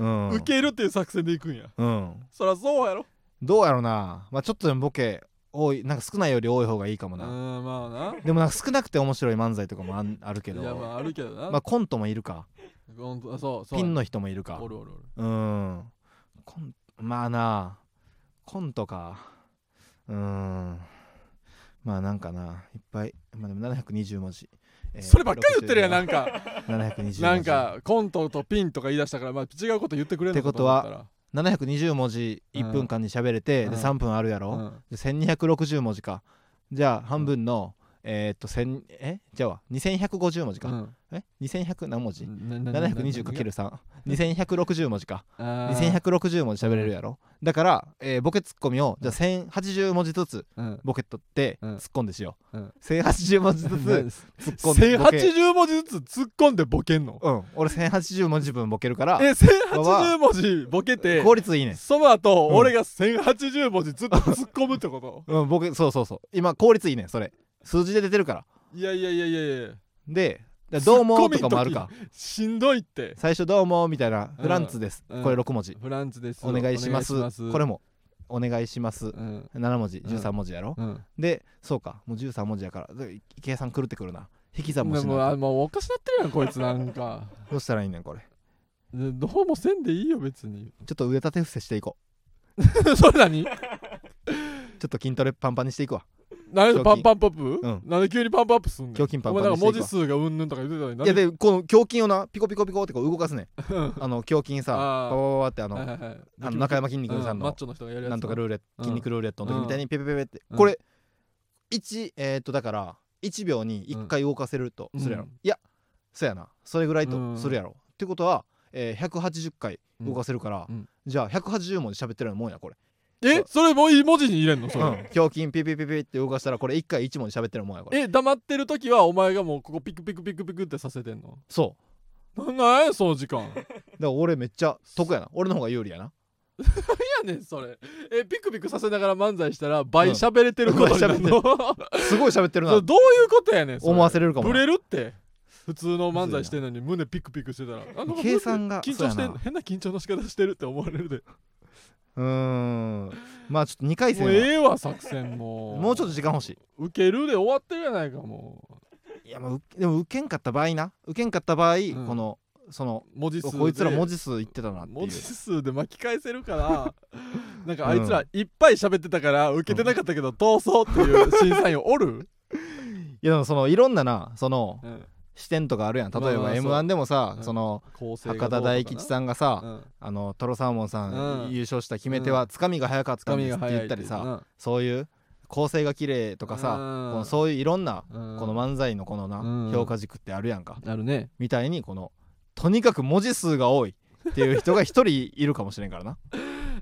A: ん
B: 受けるっていう作戦でいくんや
A: うん
B: そらそうやろ
A: どうやろうな、まあ、ちょっとでもボケ多いなんか少ないより多い方がいいかも
B: うん
A: な、
B: まあ
A: でもなんか少なくて面白い漫才とかもあんあるけ
B: な
A: ど
B: いやまああるけどな
A: まあコントもいるか
B: ほんとあそうそう
A: ピンの人もいるか
B: おるおるおる
A: うんコンまあなコントかうんまあなんかないっぱい、まあ、でも720文字、えー
B: そればっかり言ってるやん
A: 60
B: なんか
A: 720文字
B: なんかコントとピンとか言い出したからまあ違うこと言ってくれんのか思ったら
A: 720文字1分間に喋れて、
B: うん
A: で3分あるやろ、
B: うん
A: で1260文字かじゃあ半分の、えーっと千えじゃあ2150文字か、
B: うん
A: え2100何文字、
B: ななな
A: 720×32160 文字か
B: あー
A: 2160文字喋れるやろだから、えーボケツッコミをじゃあ1080文字ずつ
B: うん
A: ボケ取って
B: うん
A: 突っ込んでしよう、
B: うん
A: 1080文字ずつ突っ込んでボケ
B: 1080文字ずつ突っ込んでボケんの
A: うん俺1080文字分ボケるから
B: え1080文字ボケて
A: 効率いいね
B: その後、
A: うん
B: 俺が1080文字ずっと突っ込むってこと
A: うんボケそうそうそう今効率いいねそれ数字で出てるから
B: いやいやいやいやいや
A: でだからどうもとかもある
B: ツッコミの
A: か
B: しんどいって
A: 最初どうもみたいな
B: うん
A: フランツです、
B: うん
A: これ6文字
B: フランスです
A: お願いします
B: お願
A: これもお願いします
B: うん
A: 7文字
B: うん
A: 13文字やろ、
B: うん
A: でそうかもう13文字やからで計算狂ってくるな引き算も
B: も
A: し
B: もう
A: な
B: あ
A: い
B: もうおかしなってるやんこいつなん か
A: どうしたらいいねんこれ
B: でどうもせんでいいよ別に
A: ちょっと腕立て伏せしていこ
B: それ何
A: うちょっと筋トレパンパンにしていくわ
B: 何
A: 胸
B: で
A: 筋
B: パンパンポップ、
A: うん
B: なんで急にパンプアップすんの
A: 胸筋パンパン
B: お前なんか文字
A: にして
B: 数がうんぬんとか言ってたのにな
A: い
B: ん
A: やでこの胸筋をなピコピコピコってこう動かすねあの胸筋さ
B: あー
A: パパパパってあ
B: はい
A: の
B: はいはい
A: あの中山筋肉さん
B: うマッ
A: の
B: チョの人がやるやつ
A: なんとかルーレッ
B: う
A: ト
B: ん
A: 筋肉ルーレットの時みたいにペペペペって
B: うん
A: これ1えーっとだから1秒に1回動かせるとするやろ
B: うん
A: いやそうやなそれぐらいうと
B: ん
A: するやろってことはえー180回動かせるから
B: うん
A: じゃあ180文字喋ってるようなもんやこれ
B: えそれもういい文字に入れんのそ
A: うん
B: れ、
A: 胸筋ピピピピって動かしたらこれ1回1文字喋ってるようなもんやこれ
B: え黙ってる時はお前がもうここピクピクピクピクってさせてんの
A: そう
B: なんなんやその時間なんや
A: だから俺めっちゃ得やな俺の方が有利やな
B: ねんそれえピクピクさせながら漫才したら倍喋れてることになるの、
A: すごい喋ってる
B: それ
A: な
B: どういうことやねんそれ
A: 思わせれるかも
B: ブ
A: な
B: レるって普通の漫才してんのに胸ピクピクしてたらあなんか
A: 計算が
B: 緊張して
A: そうや
B: ん
A: な
B: 変な緊張の仕方してるって思われるで
A: うーんまあちょっと2回
B: も
A: 戦
B: う
A: は
B: ええわ作戦もう
A: もうちょっと
B: と
A: 時間欲しい
B: 受けるで終わってるやないかも
A: いやまあうでも受けんかった場合な受けんかった場合、
B: ん
A: このその
B: う文字数で
A: こいつら文字数言ってたなってい
B: 文
A: う
B: 字数で巻き返せるから なんかあいつらいっぱい喋ってたから受けてなかったけど通そうっていう審査員おる、
A: いやでもそのいろんななその
B: うん、
A: 視点とかあるやん例え
B: まあまあ
A: ば
B: そう
A: m 1でもさ、
B: うん
A: その
B: 構成がどうと
A: 博
B: かな
A: 多大吉さんがさ、
B: うん
A: あのトロサーモンさん、
B: うん
A: 優勝した決め手は、つかみが早かったんですって言ったりさ、そういう構成が綺麗とかさ、
B: うん
A: このそういういろんな、
B: うん
A: この漫才のこのな、
B: うん
A: 評価軸ってあるやんか
B: なるね
A: みたいにこのとにかく文字数が多いっていう人が一人いるかもしれんから な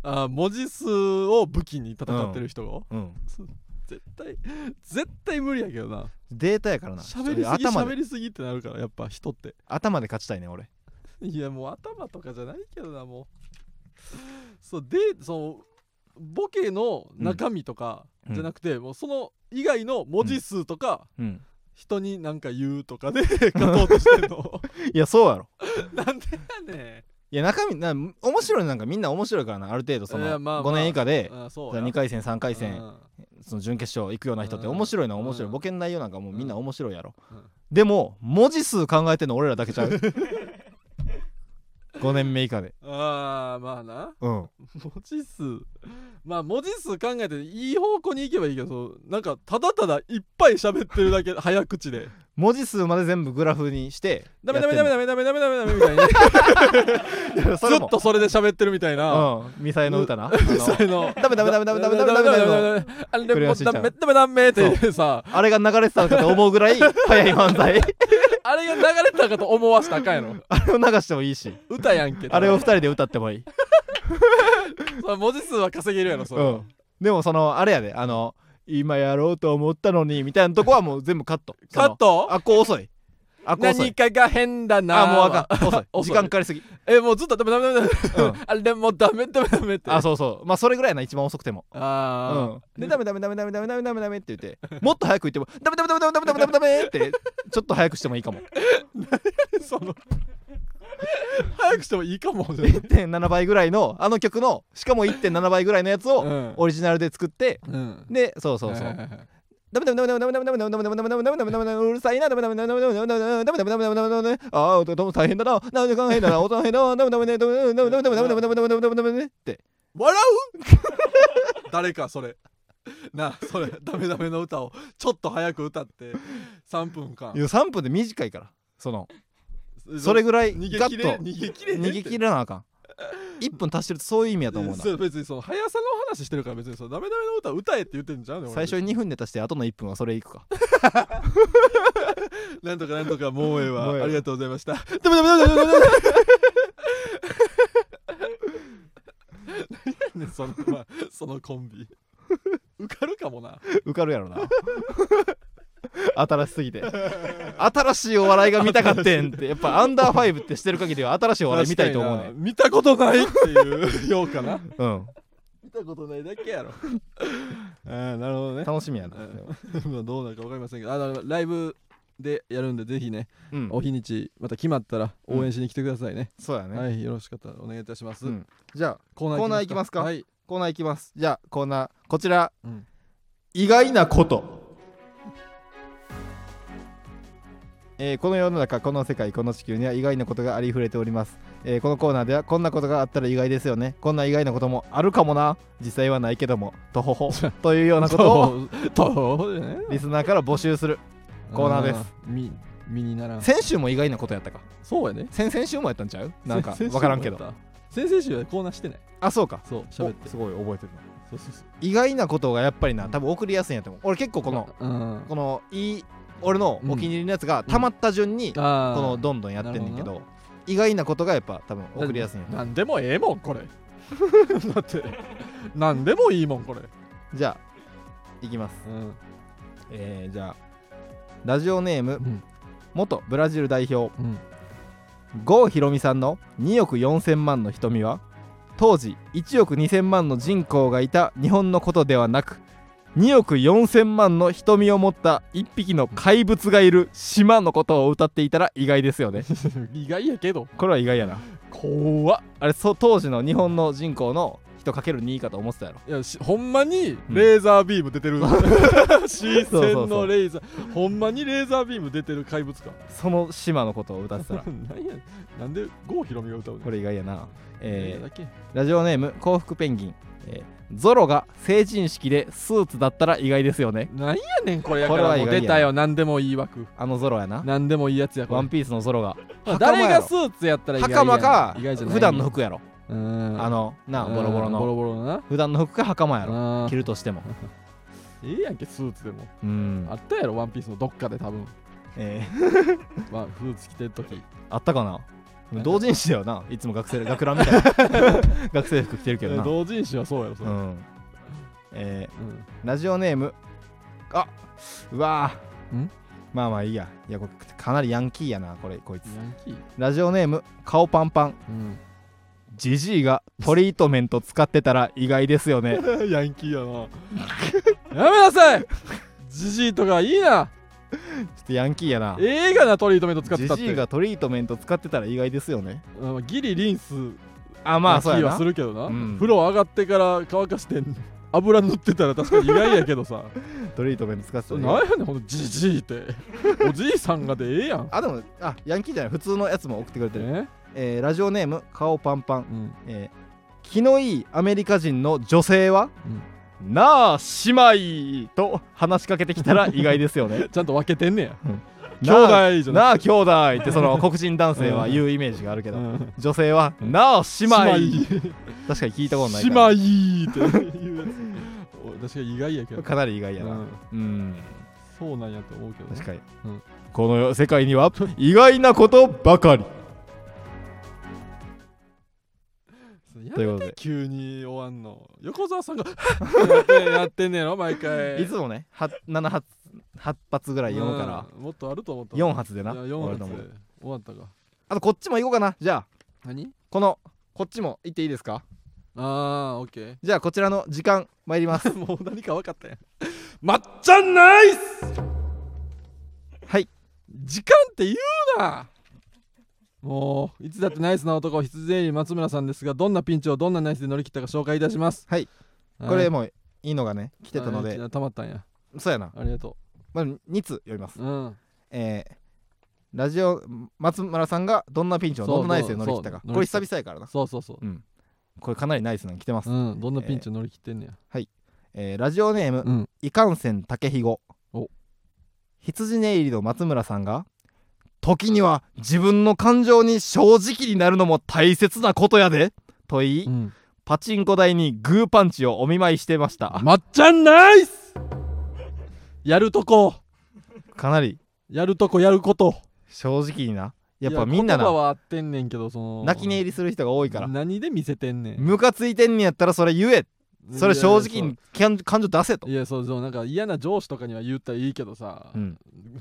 B: あー文字数を武器に戦ってる人が、
A: うん
B: 絶対絶対無理やけどな
A: データやからな
B: 喋りすぎ
A: 頭
B: 喋
A: で
B: りすぎってなるからやっぱ人って
A: 頭で勝ちたいね俺
B: いやもう頭とかじゃないけどなもうそうでそうボケの中身とかじゃなくて、もうその以外の文字数とか、
A: うん
B: 人になんか言うとかで 勝とうとして んの
A: いやそうやろ
B: なんでやね
A: いや中身な面白いなんかみんな面白いからなある程度そ
B: いや
A: の
B: まあまあ
A: 5年以下で
B: んあそうや
A: 2回戦3回戦
B: あ
A: その準決勝行くような人って
B: うん
A: 面白いのは面白い
B: うん
A: ボケん内容なんかもうみんな面白いやろ
B: うん
A: でも文字数考えてんの俺らだけちゃう5年目以下で
B: あーまあな
A: うん
B: 文字数まあ文字数考えていい方向に行けばいいけどそうなんかただただいっぱい喋ってるだけ早口で
A: 文字数まで全部グラフにして
B: ダメダメダメ
A: や
B: ダメダメダメダメダメみたいに
A: ってんのいやそ
B: ず
A: れ
B: っ
A: も
B: とそれで喋ってるみたいな
A: うんミサイの歌 なあの
B: それの
A: ダメダメダメダメダメダメダメダメダメ
B: あれ
A: クレ
B: も
A: ヨ
B: う
A: ンしんち
B: ダ
A: ゃん
B: メダメダメってさ
A: あれが流れてたのかと思うぐらい早い漫才
B: あれが流れてたかと思わせたらあかんやろ
A: あれを流してもいいし
B: 歌やんけ
A: あれを2人で歌ってもいい
B: そう文字数は稼げるやろそれ
A: う
B: は
A: ん、でもそのあれやであの今やろうと思ったのにみたいなとこはもう全部カット
B: カッ
A: ト
B: ト
A: あっこ遅いあっこ遅
B: 何
A: い
B: かが変だな
A: あもうあかん 遅い
B: 遅
A: 時
B: い
A: 間かかりすぎ、
B: えもうずっとダメダメダメ
A: う
B: ダ
A: ん
B: メあれもうダメダメダメって
A: あそうそうまあそれぐらいやな一番遅くてもう
B: あ
A: んでダメダメダメダメダメダメダメダメって言ってもっと早く言ってもダメダメダメダメダメダメダメダメってちょっと早くしてもいい かも
B: あその早くしてもいいかもしれない
A: 1.7倍ぐらいのあの曲のしかも1.7倍ぐらいのやつ
B: う
A: を
B: ん
A: オリジナルで作って
B: うん
A: でそうそうそうダメダメダメダメダメダメダメダメダメダメダメダメダメダメダメうるさいなダメダメダメダメダメダメダメダメダメダメダメダメダメああ音大変だな何時間変だな音変だなダメダメダメダメダメダメダメダメダメダメダメダメダメダメって
B: 笑う誰かそれなあそれダメダメの歌をちょっと早く歌って3分間
A: いや3分で短いからそのそれぐらい
B: 逃
A: ガ
B: げ切
A: ッ
B: れ
A: と
B: 逃げ切れへんって
A: 逃げ切らなあかん1分足してるとそういう意味やと思うな
B: そう別にその速さの話してるから別にそのダメダメの歌歌えって言ってんじゃんねん
A: 最
B: 俺
A: 初に2分で足して後の1分はそれいくか
B: なんとかなんとかもう
A: もうえ
B: ええ
A: え
B: わ
A: わ
B: ありがとうございました
A: ダメダメダメダメダメ
B: ねそのまあそのコンビ受かるかもな
A: 受かるやろな 新しすぎて新しいお笑いが見たかってんってやっぱアンダーファイブってしてる限りは新しいお笑い見たいと思う
B: 確
A: ね
B: かにな見たことないっていうよう かな
A: うん
B: 見たことないだけやろ ああなるほどね
A: 楽しみやな
B: まあどうなるか分かりませんけどあのライブでやるんでぜひね、
A: うん
B: お日にちまた決まったら応援しに来てくださいね、
A: そうやね
B: はいよろしかったらお願いいたします、
A: うんじゃあ
B: コ
A: コーナー行きますか
B: はい
A: コーナーいきますじゃあコーナーこちら、
B: うん
A: 意外なことえーこの世の中この世界この地球には意外なことがありふれております、えーこのコーナーではこんなことがあったら意外ですよねこんな意外なこともあるかもな実際はないけどもとほほというようなことを
B: とね
A: リスナーから募集する コーナーです
B: 身身にならん
A: 先週も意外なことやったか
B: そうやね
A: 先々週もやったんちゃうなんか分からんけど
B: 先々週はコーナーしてない
A: あそうか
B: そう喋って
A: おすごい覚えてるな
B: そうそうそう
A: 意外なことがやっぱりな
B: うん
A: 多分送りやすいんやと思う俺結構この
B: うん
A: このいい俺のお気に入りのやつが溜まった順にこ
B: あー
A: のどんどんやってんねんけ
B: なる
A: ど意外なことがやっぱ多分送りやすいんやと思
B: なんでもええもんこれ だってなんでもいいもんこれ
A: うじゃあいきます
B: うん
A: えーじゃあラジオネーム
B: うん
A: 元ブラジル代表
B: うん
A: 郷ひろみさんの2億4000万の瞳は当時1億2000万の人口がいた日本のことではなく2億4000万の瞳を持った1匹の怪物がいる島のことを歌っていたら意外ですよね
B: 意外やけど
A: これは意外やな
B: 怖っ
A: あれそう当時の日本の人口の人かける2かと思ってたやろ
B: いやしほんまにレーザービーム 出てる、視
A: そうそう
B: 線のレーザーほんまにレーザービーム出てる怪物か
A: その島のことを歌ってたら
B: なんやなんで郷ひろみが歌うの
A: これ意外やなえ
B: え
A: ー
B: だけ
A: ラジオネーム幸福ペンギン、えーゾロが成人式でスーツだったら意外ですよね
B: なんやねんこれや
A: こ
B: か
A: れは
B: ら
A: 意
B: も
A: 外
B: う
A: やな
B: 出たよなんでもいい枠
A: あのゾロやな
B: なんでもいいやつやこ
A: ワン
B: れ
A: ピースのゾロが袴
B: 誰
A: や
B: が
A: ろ
B: スーツやったら意外や
A: 袴か
B: 意外じゃない
A: 普段の服やろ
B: うん
A: あのなあ
B: うん
A: ボロボロ
B: ボロ
A: の
B: ボロのな
A: 普段の服か袴やろ
B: うん
A: 着るとしても
B: ええやんけスーツでも
A: うん
B: あったやろワンピースのどっかで多分
A: えー
B: まあスーツ着てる時
A: あったかな同人誌だよないつも学生学ランみた いな学生服着てるけどな
B: 同人誌はそうやろそれ、
A: う
B: うん
A: んえーラジオネームあうわー
B: ん
A: まあまあいいやいやこれかなりヤンキーやなこれこいつ
B: ヤンキー、
A: ラジオネーム顔パンパンジジイがトリートメント使ってたら意外ですよ ね
B: ヤンキー やなやめなさいジジイとかいいな
A: ちょっとヤンキーやな
B: 映画なトリートメント使って
A: ジ
B: たって
A: ジイがトリートメント使ってたら意外ですよね
B: うんギリリンス
A: あま
B: ま
A: あ
B: あ
A: そうや
B: は
A: な
B: するけどな、
A: うん
B: 風呂上がってから乾かして油塗ってたら確かに意外やけ どさ
A: トリートメント使ってた
B: それ
A: ら意
B: なん
A: 外
B: やねんほんとジジイっておじいさんがでええやん
A: あでもあヤンキーじゃない普通のやつも送ってくれてる、
B: ね
A: えーラジオネーム顔パンパン、
B: うん
A: えー気のいいアメリカ人の女性は、なあ姉妹と話しかけてきたら意外ですよね
B: ちゃんと分けてんねや 兄
A: なあ
B: 弟じゃな
A: なあ兄弟ってその黒人男性は言うイメージがあるけ
B: い
A: ど、
B: うん
A: 女性は「なあ姉妹
B: 姉妹
A: 確かに聞いたことない
B: 姉
A: から
B: 妹っていうやつお確かに意外やけど
A: かなり意外やな
B: うん
A: うん
B: そうなんやと思うけどね、
A: 確かに、
B: うん
A: この世界には意外なことばかりという
B: や
A: こ
B: め
A: と
B: て
A: で
B: 急に終わんの横澤さんがって やってんねやろ毎回
A: いつもねは7発8発ぐらい読むから
B: うんもっとあると思った
A: 4発でな
B: 4
A: 俺
B: 発
A: とも
B: で終わったか
A: あとこっちも行こうかなじゃあ
B: 何
A: このこっちも行っていいですか
B: ああオッケー
A: じゃあこちらの時間参ります
B: もう何か分かったやん。まっちゃんナイス
A: はい
B: 時間って言うなもういつだってナイスな男羊エイリン松村さんですがどんなピンチをどんなナイスで乗り切ったか紹介いたします
A: はいこれもういいのがね来
B: 来
A: てたので
B: たまったんや
A: そうやな、
B: ありがと
A: まあ、2通読みます
B: ううん
A: えーラジオ松村さんがどんなピンチを
B: そう
A: どんなナイスで乗り切ったか
B: そう
A: これ久々やからな
B: そうそうそ
A: うんこれかなりナイスなの来てます
B: ううんどんなピンチを乗り切ってんねや
A: えーラジオネーム、
B: うん
A: いかんせんたけひご
B: お
A: 羊寝入りの松村さんが時には自分の感情に正直になるのも大切なことやでと言い、
B: うん
A: パチンコ台にグーパンチをお見舞いしてました
B: まっちゃんナイスやるとこ
A: かなり
B: やるとこやること
A: 正直になやっぱみんない
B: や言葉
A: な
B: は合ってんねんけどその
A: 泣き寝入りする人が多いから
B: 何で見せてんねん
A: ムカついてんねやったらそれ言えそれ正直に感感情出せと
B: い、やそうそうなんか嫌な上司とかには言ったらいいけどさ、
A: うん、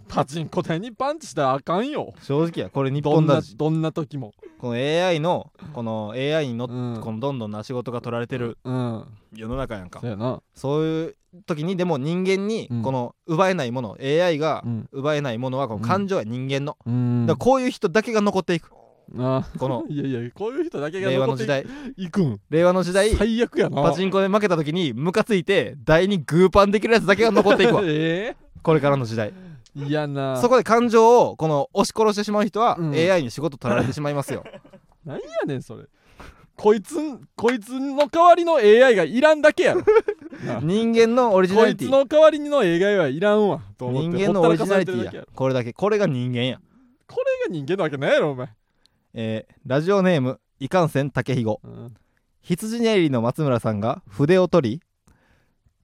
B: パチンコ台にパンチしたらあかんよ
A: 正直やこれ日
B: ど
A: 本
B: んな
A: だし
B: どんな時も
A: この AI のこの AI に乗っ
B: うん
A: このどんどんな仕事が取られてる
B: うん
A: 世の中やんか
B: そうやな
A: そういう時にでも人間に
B: うん
A: この奪えないもの、AI が
B: うん
A: 奪えないものはこの
B: うん
A: 感情や人間の、
B: うん
A: だからこういう人だけが残っていく
B: あ
A: こ の
B: いやいやこういう人だけが
A: 令和の
B: 残って
A: 時代
B: いくん
A: 令和の時代
B: 最悪やな
A: パチンコで負けた時にムカついて台にグーパンできるやつだけが残っていくわ
B: ええ
A: これからの時代
B: 嫌な
A: そこで感情をこの押し殺してしまう人は
B: うん
A: AI に仕事取られてしまい ますよ
B: 何やねんそれこいつんこいつの代わりの AI がいらんだけやろ
A: 人間のオリジナ
B: こ
A: リ
B: い
A: テ
B: つ
A: ィ
B: の代わりの AI はいらんわと思
A: 人
B: って
A: 間のオリ
B: ほ
A: ジ
B: った
A: ナリ
B: らかされて
A: テ
B: る
A: ィ
B: だけや
A: や
B: ろ
A: これだけこれが人間や
B: これが人間なわけないやろお前、
A: えーラジオネームいかんせん竹ひご
B: うん
A: 羊ネイリの松村さんが筆を取り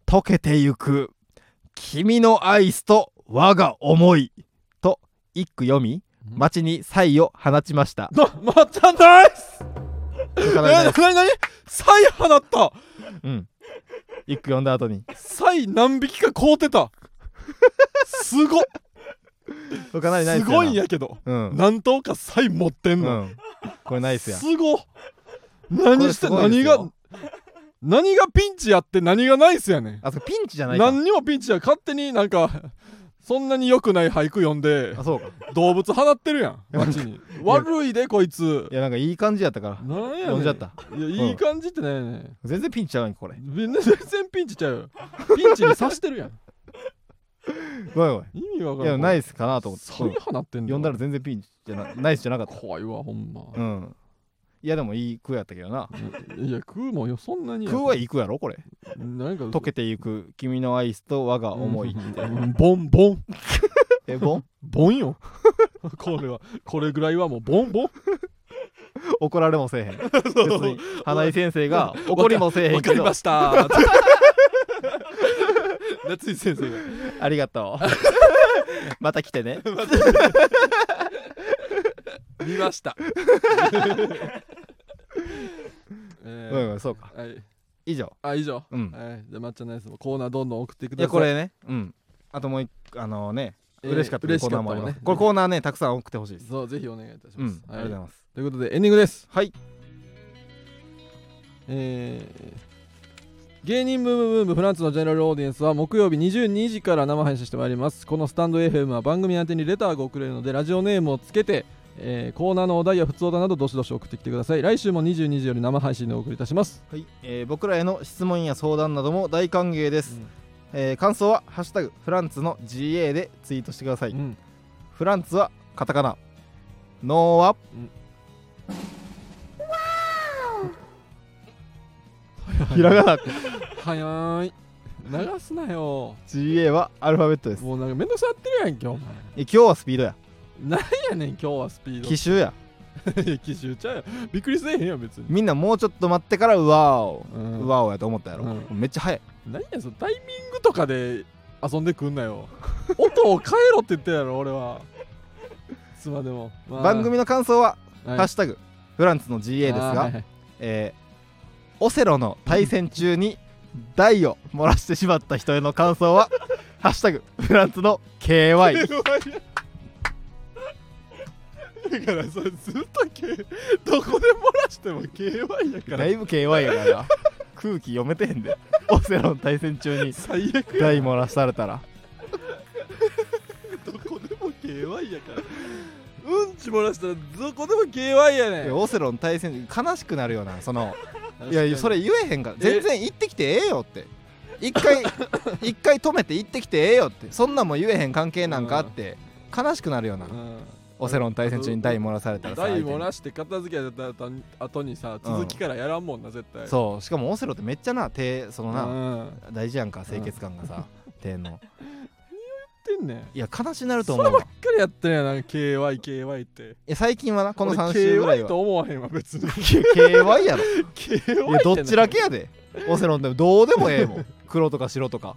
A: 溶けてゆく君のアイスと我が思いと一句読み
B: うん
A: 街に才を放ちました
B: なまたナイスえ
A: 高田
B: な
A: です
B: になにサイ放った
A: うん一句読んだ後に
B: サイ何匹か凍ってたすご
A: か なりナイ
B: す
A: ス
B: ごいん
A: や
B: やけど
A: なうん
B: 何頭かサイ持ってん
A: う
B: の、
A: んこれナイスや
B: すご何して
A: これすごいで
B: 何
A: すよ
B: が何がピンチやって何がナイスやねん
A: あそこピンチじゃないか
B: 何にもピンチや勝手になんか そんなに良くない俳句読んで
A: あそうか
B: 動物放ってるやん街 に悪いでこいつ
A: いやなんかいい感じやったから
B: 何やね
A: 読んじゃった
B: いやいい感じってないねん
A: 全然ピンチちゃうやんこれ
B: 全然ピンチちゃうよピンチに刺してるや ん
A: ごめんご
B: 意味わ
A: め
B: か
A: んい
B: らん
A: やナイ
B: ス
A: スかなと思って
B: サイ放ってんだ
A: 読んだら全然ピンチじゃなナイスじゃなかった
B: 怖いわほんま
A: うんいやでもいい句やったけどない
B: や食うもよそんなに
A: 食うはいくやろこれ
B: なんか
A: 溶けていく君のアイスと我が思いみたいな
B: うんボンボン
A: えボ ン
B: ボンよこれはこれぐらいはもうボンボン
A: 怒られもせえへん別に花井先生が怒りもせえへ
B: わ
A: ん
B: か
A: け
B: り
A: ど
B: ました夏井先生が
A: ありがとう また来てね
B: 見 ましたえ
A: う
B: ー
A: んうんそうか
B: はい
A: 以上
B: あ以上、
A: うん
B: はい、じゃあ抹茶ナイスもコーナーどんどん送ってく
A: い
B: ださい
A: やこれねうんあともう一あのね
B: えー
A: 嬉しかったコ
B: 嬉し
A: ー
B: か
A: ナー
B: っ
A: も
B: た
A: あり
B: わ
A: ます
B: ね
A: これコーナーねたくさん送ってほしいです
B: そうぜひお願いいたし
A: う
B: ま
A: ん
B: す、
A: ありがとうございます
B: ということでエンディングです
A: はい
B: えー芸人ブームブームフランツのジェネラルオーディエンスは木曜日22時から生配信してまいりますこのスタンド FM は番組宛てにレターが送れるのでラジオネームをつけて、えーコーナーのお題や普通だなどどしどし送ってきてください来週も22時より生配信でお送りいたします、
A: はい、えー僕らへの質問や相談なども大歓迎です、
B: うん
A: えー感想は「ハッシュタグフランツの GA」でツイートしてください、
B: うん
A: フランツはカタカナノーは ひらがな
B: はやーい流す なよ
A: GA はアルファベットです
B: もうなんかめんどくさなってるやんけお前
A: え今日はスピードや
B: 何やねん今日はスピード
A: 奇襲や
B: いや 奇襲ちゃうよびっくりせえへんよ別に
A: みんなもうちょっと待ってからうわお、
B: う
A: うんわおやと思ったやろ、
B: う
A: めっちゃ早い
B: 何やそのタイミングとかで遊んでくんなよ 音を変えろって言ったやろ俺はいつまでも、まあ
A: 番組の感想は「
B: はい
A: ハッシュタグフランツの GA」です
B: あー
A: が、
B: はいはい
A: えーオセロの対戦中に台を漏らしてしまった人への感想 は「ハッシュタグフランツの KY
B: だからそれずっと、K、どこで漏らしても KY や」か
A: だ
B: ら
A: いぶ KY やからな空気読めてへんでオセロの対戦中に
B: 最悪や
A: 台漏らされたら
B: どこでも KY やからうんち漏らしたらどこでも KY や
A: い
B: ね
A: や
B: ん
A: オセロの対戦悲しくなるよなそのい
B: 確か
A: や
B: に
A: それ言えへんから全然行ってきてええよって一 回一回止めて行ってきてええよってそんなんも言えへん関係なんかあって悲しくなるよな
B: うん
A: オセロの対戦中に台漏らされたらさ
B: 台
A: 相手
B: 漏
A: に
B: らして片付けやった後にさ続きからやらんもんな絶対
A: そうしかもオセロってめっちゃな手そのな、
B: うん
A: 大事やんか清潔感がさ、手の
B: 言ってんねん
A: いや悲しなると思うわい
B: しっかりやってるやんなんか KYKY って
A: や最近はなこの3週ぐらい
B: 俺 KY
A: は
B: と思わへんわ別に
A: KY やろ い
B: KY って
A: やどっちだけやでオセロンでもどうでもええもん黒とか白とか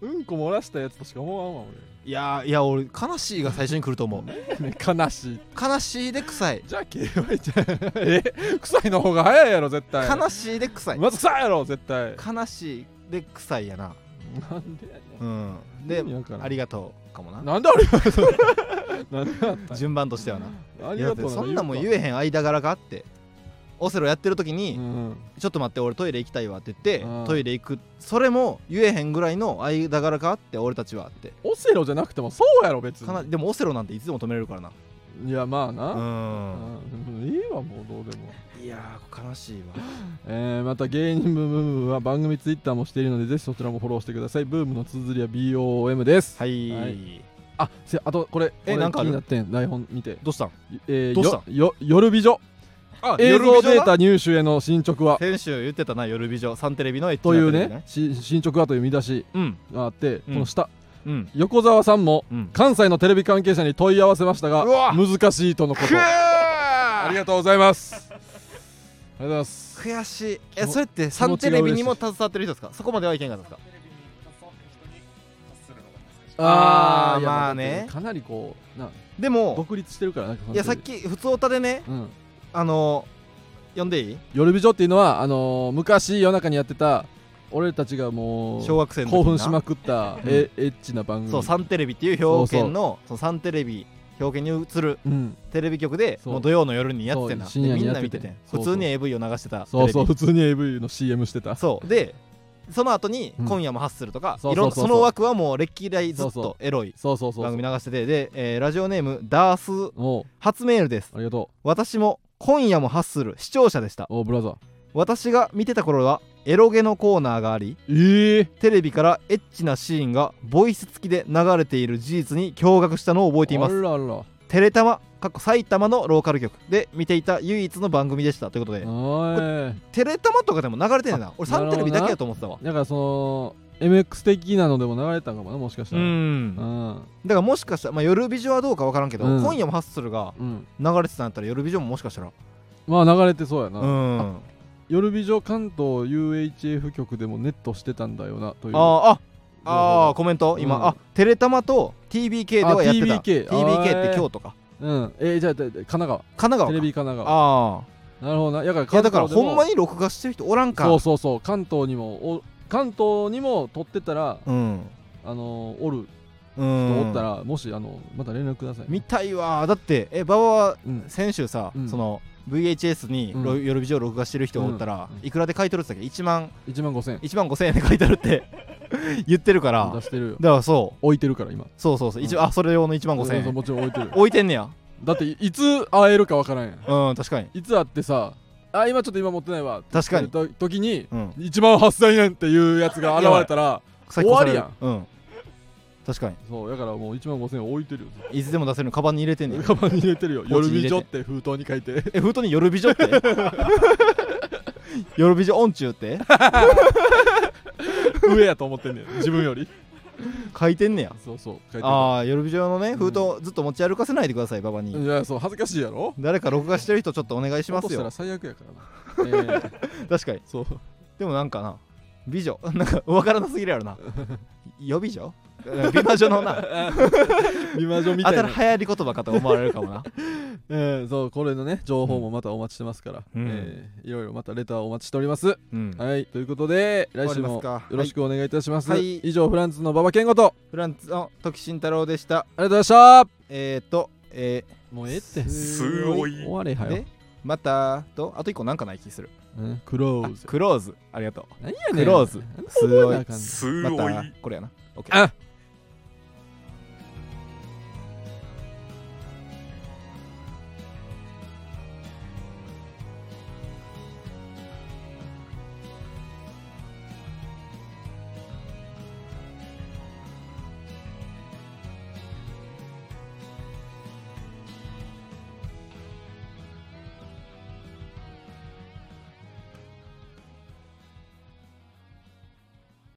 B: うんこ漏らしたやつとしか思わんわ
A: いやいや俺悲しいが最初に来ると思う
B: 俺、ね、悲しい
A: 悲しいで臭い
B: じゃあ KY じゃんえ臭いの方が早いやろ絶対
A: 悲しいで臭い
B: まず臭いやろ絶対
A: 悲しいで臭いやな
B: なんでやね
A: うん
B: ん
A: で
B: 意味わからん
A: ありがとうかもな
B: なんでありがとう なんであった
A: 順番としてはな
B: あ
A: い
B: り
A: やだ
B: が
A: って
B: とう
A: そんなんも
B: う
A: 言えへん間柄があってオセロやってる時に、
B: かうん
A: ちょっと待って俺トイレ行きたいわって言って
B: うん
A: トイレ行くそれも言えへんぐらいの間柄があって俺たちはって
B: オセロじゃなくてもそうやろ別
A: かな
B: に
A: でもオセロなんていつでも止めれるからない
B: やまあな、
A: うん
B: うん、いいわもうどうでも
A: いやー悲しいわ
B: えーまた芸人ブームブームは番組ツイッターもしているのでぜひそちらもフォローしてくださいブームの綴りは BOM です、
A: はい、
B: はいあせあとこれ
A: え
B: 俺
A: なんかあ
B: 気
A: る
B: になってん台本見て、
A: どうしたん
B: えー、
A: どうした
B: よよ夜美女
A: あ
B: 映像デー
A: タ
B: タ入手への進捗は
A: 先週言ってたな夜美女サンテレビのエッチな
B: という
A: テレビ
B: ねし進捗はという見出し
A: うん
B: があって、この下
A: うん
B: 横澤さんも
A: うん
B: 関西のテレビ関係者に問い合わせましたが
A: うわ
B: 難しいとのことあ
A: あ
B: りがとうございますありがとうございます
A: 悔しい
B: 気
A: え
B: 持
A: それってサンテレビにも携わってる人ですかそこまではいけんかったんですかあー
B: いや
A: まあね
B: かなりこうな
A: でも
B: 独立してるからなんか
A: いやさっ、き普通オタでね
B: うん、
A: あの呼んでいい
B: 夜美女っていうのはあのー昔夜中にやってた俺たちがもう
A: 小学生の時に
B: 興
A: な
B: 奮しまくったえエッチな番組
A: そうサンテレビっていう表現のそのサンテレビ表現に映る
B: うん、
A: テレビ局で
B: そう
A: もう土曜の夜にやってんな
B: そう深夜
A: で
B: に
A: みん
B: や
A: な
B: って
A: 見
B: て
A: ててん
B: そう
A: 普
B: そう
A: 通に AV を流してたテレ
B: そう
A: ビ
B: そう普通に AV の CM して た
A: そうでその後に
B: うん
A: 今夜もハッスルとか
B: そうそう
A: いろん
B: そうそう
A: その枠はもう歴代ずっ
B: そうそ
A: とエロい
B: そうそうそうそう
A: 番組流しててでえーラジオネームダース
B: おう
A: 初メールです
B: ありがと
A: 私も今夜もハッスル視聴者でした
B: うおうブラザー
A: 私が見てた頃はエロゲのコーナーがあり
B: ええ
A: テレビからエッチなシーンがボイス付きで流れている事実に驚愕したのを覚えています
B: あらあら
A: テレタマ過去埼玉のローカル局で見ていた唯一の番組でしたということで
B: おい
A: テレタマとかでも流れてんねんな俺サ
B: なるほど
A: ン
B: な
A: テレビだけやと思ってたわ
B: だからその MX 的なのでも流れたのかもなもしかした
A: う
B: ら
A: ん
B: う
A: だ
B: ん
A: からもしかしたら、まあ、夜ビジョンはどうか分からんけど、
B: うん
A: 今夜もハッスルが
B: うん
A: 流れてたんやったら夜ビジョンももしかしたら
B: まあ流れてそうやな、
A: うん
B: あ夜美女関東 UHF 局でもネットしてたんだよなとい
A: あ
B: う
A: あ
B: 情報
A: ああ
B: が
A: ーコメント今、
B: うん
A: あテレタマと TBK ではやってた
B: あ TBK
A: って京都か
B: うんえーじゃあでで神奈
A: 神奈
B: 川
A: 川
B: テ
A: か
B: レビ神奈川
A: ああ
B: なるほどないやだ
A: い
B: か
A: やだ
B: ら
A: からほんま
B: に
A: に録画してる人おらんか
B: そうそうそう関東にもお関東にも撮ってたら、
A: うん
B: あのーおる
A: う
B: と
A: ん
B: おったら、もしあのまた連絡ください、
A: 見たいわーだってえ馬場は
B: うん、
A: 先週さ、
B: うん
A: その VHS に
B: うん
A: ろ、夜ビジョン録画してる人おったら、
B: うん
A: いくらで買い取るって言ってたっけ1万
B: 1万5000
A: 1万5000円で買い取るって 言ってるから
B: 出
A: だか
B: してるよ
A: らそう
B: 置いてるから今
A: そうそうそう、一応あそれ用の1万5000
B: そうそう
A: 円
B: もちろん置いてる
A: 置いてんねや
B: だっていつ会えるかわからんやん
A: うん確かに
B: いつ会ってさあ今ちょっと今持ってないわ
A: 確かに
B: と時に
A: うん
B: 1万8000円っていうやつが現れたら
A: 最高される
B: 終わ
A: うん確かに
B: そうだからもう1万5000円置いてるよ
A: いつでも出せるのカバンに入れてんねん
B: カバンに入れてるよ
A: ポ
B: 夜
A: チに入れ
B: 美
A: て
B: 女って封筒に書いて
A: え封筒に夜美女って夜美女オンチューって
B: 上やと思ってんねん自分より
A: 書いてんねや
B: そうそう書いてる
A: ああ夜美女のね
B: ん
A: 封筒ずっと持ち歩かせないでください馬場に、
B: いやそう恥ずかしいやろ
A: 誰か録画してる人ちょっとお願いしま
B: 落と
A: す
B: したら
A: よ
B: 最悪やからな、えー
A: 確かに
B: そう
A: でもなんかな美女 なんか分からなすぎるやろ な予備女美魔女のな
B: 美魔女みたい
A: 新
B: な
A: 流、行り言葉かと思われるか もな
B: えーそうこれのね情報もまたお待ちしてますから、
A: うん
B: えーいろいろまたレターお待ちしております、
A: うん
B: はいということで来
A: 終わ
B: 週も
A: り
B: よ
A: ますか
B: ろしくお願いいたします、
A: はい
B: 以上フランスの馬場健吾と
A: フランツの時慎太郎でした
B: ありがとうございまし
A: えーとえ
B: たもうええって
A: ー
D: すごい
B: 終われは
A: ー
B: よ
A: で、またとあと一個なんかない気する
B: うん、クロ
A: あ
B: ーズ
A: クローズありがとう
B: 何やね
A: ク
B: ん
A: ローズ
B: なんです
A: ごい
B: かんない
D: す
A: ま
D: ごい
A: たこれやなオッケー
B: あ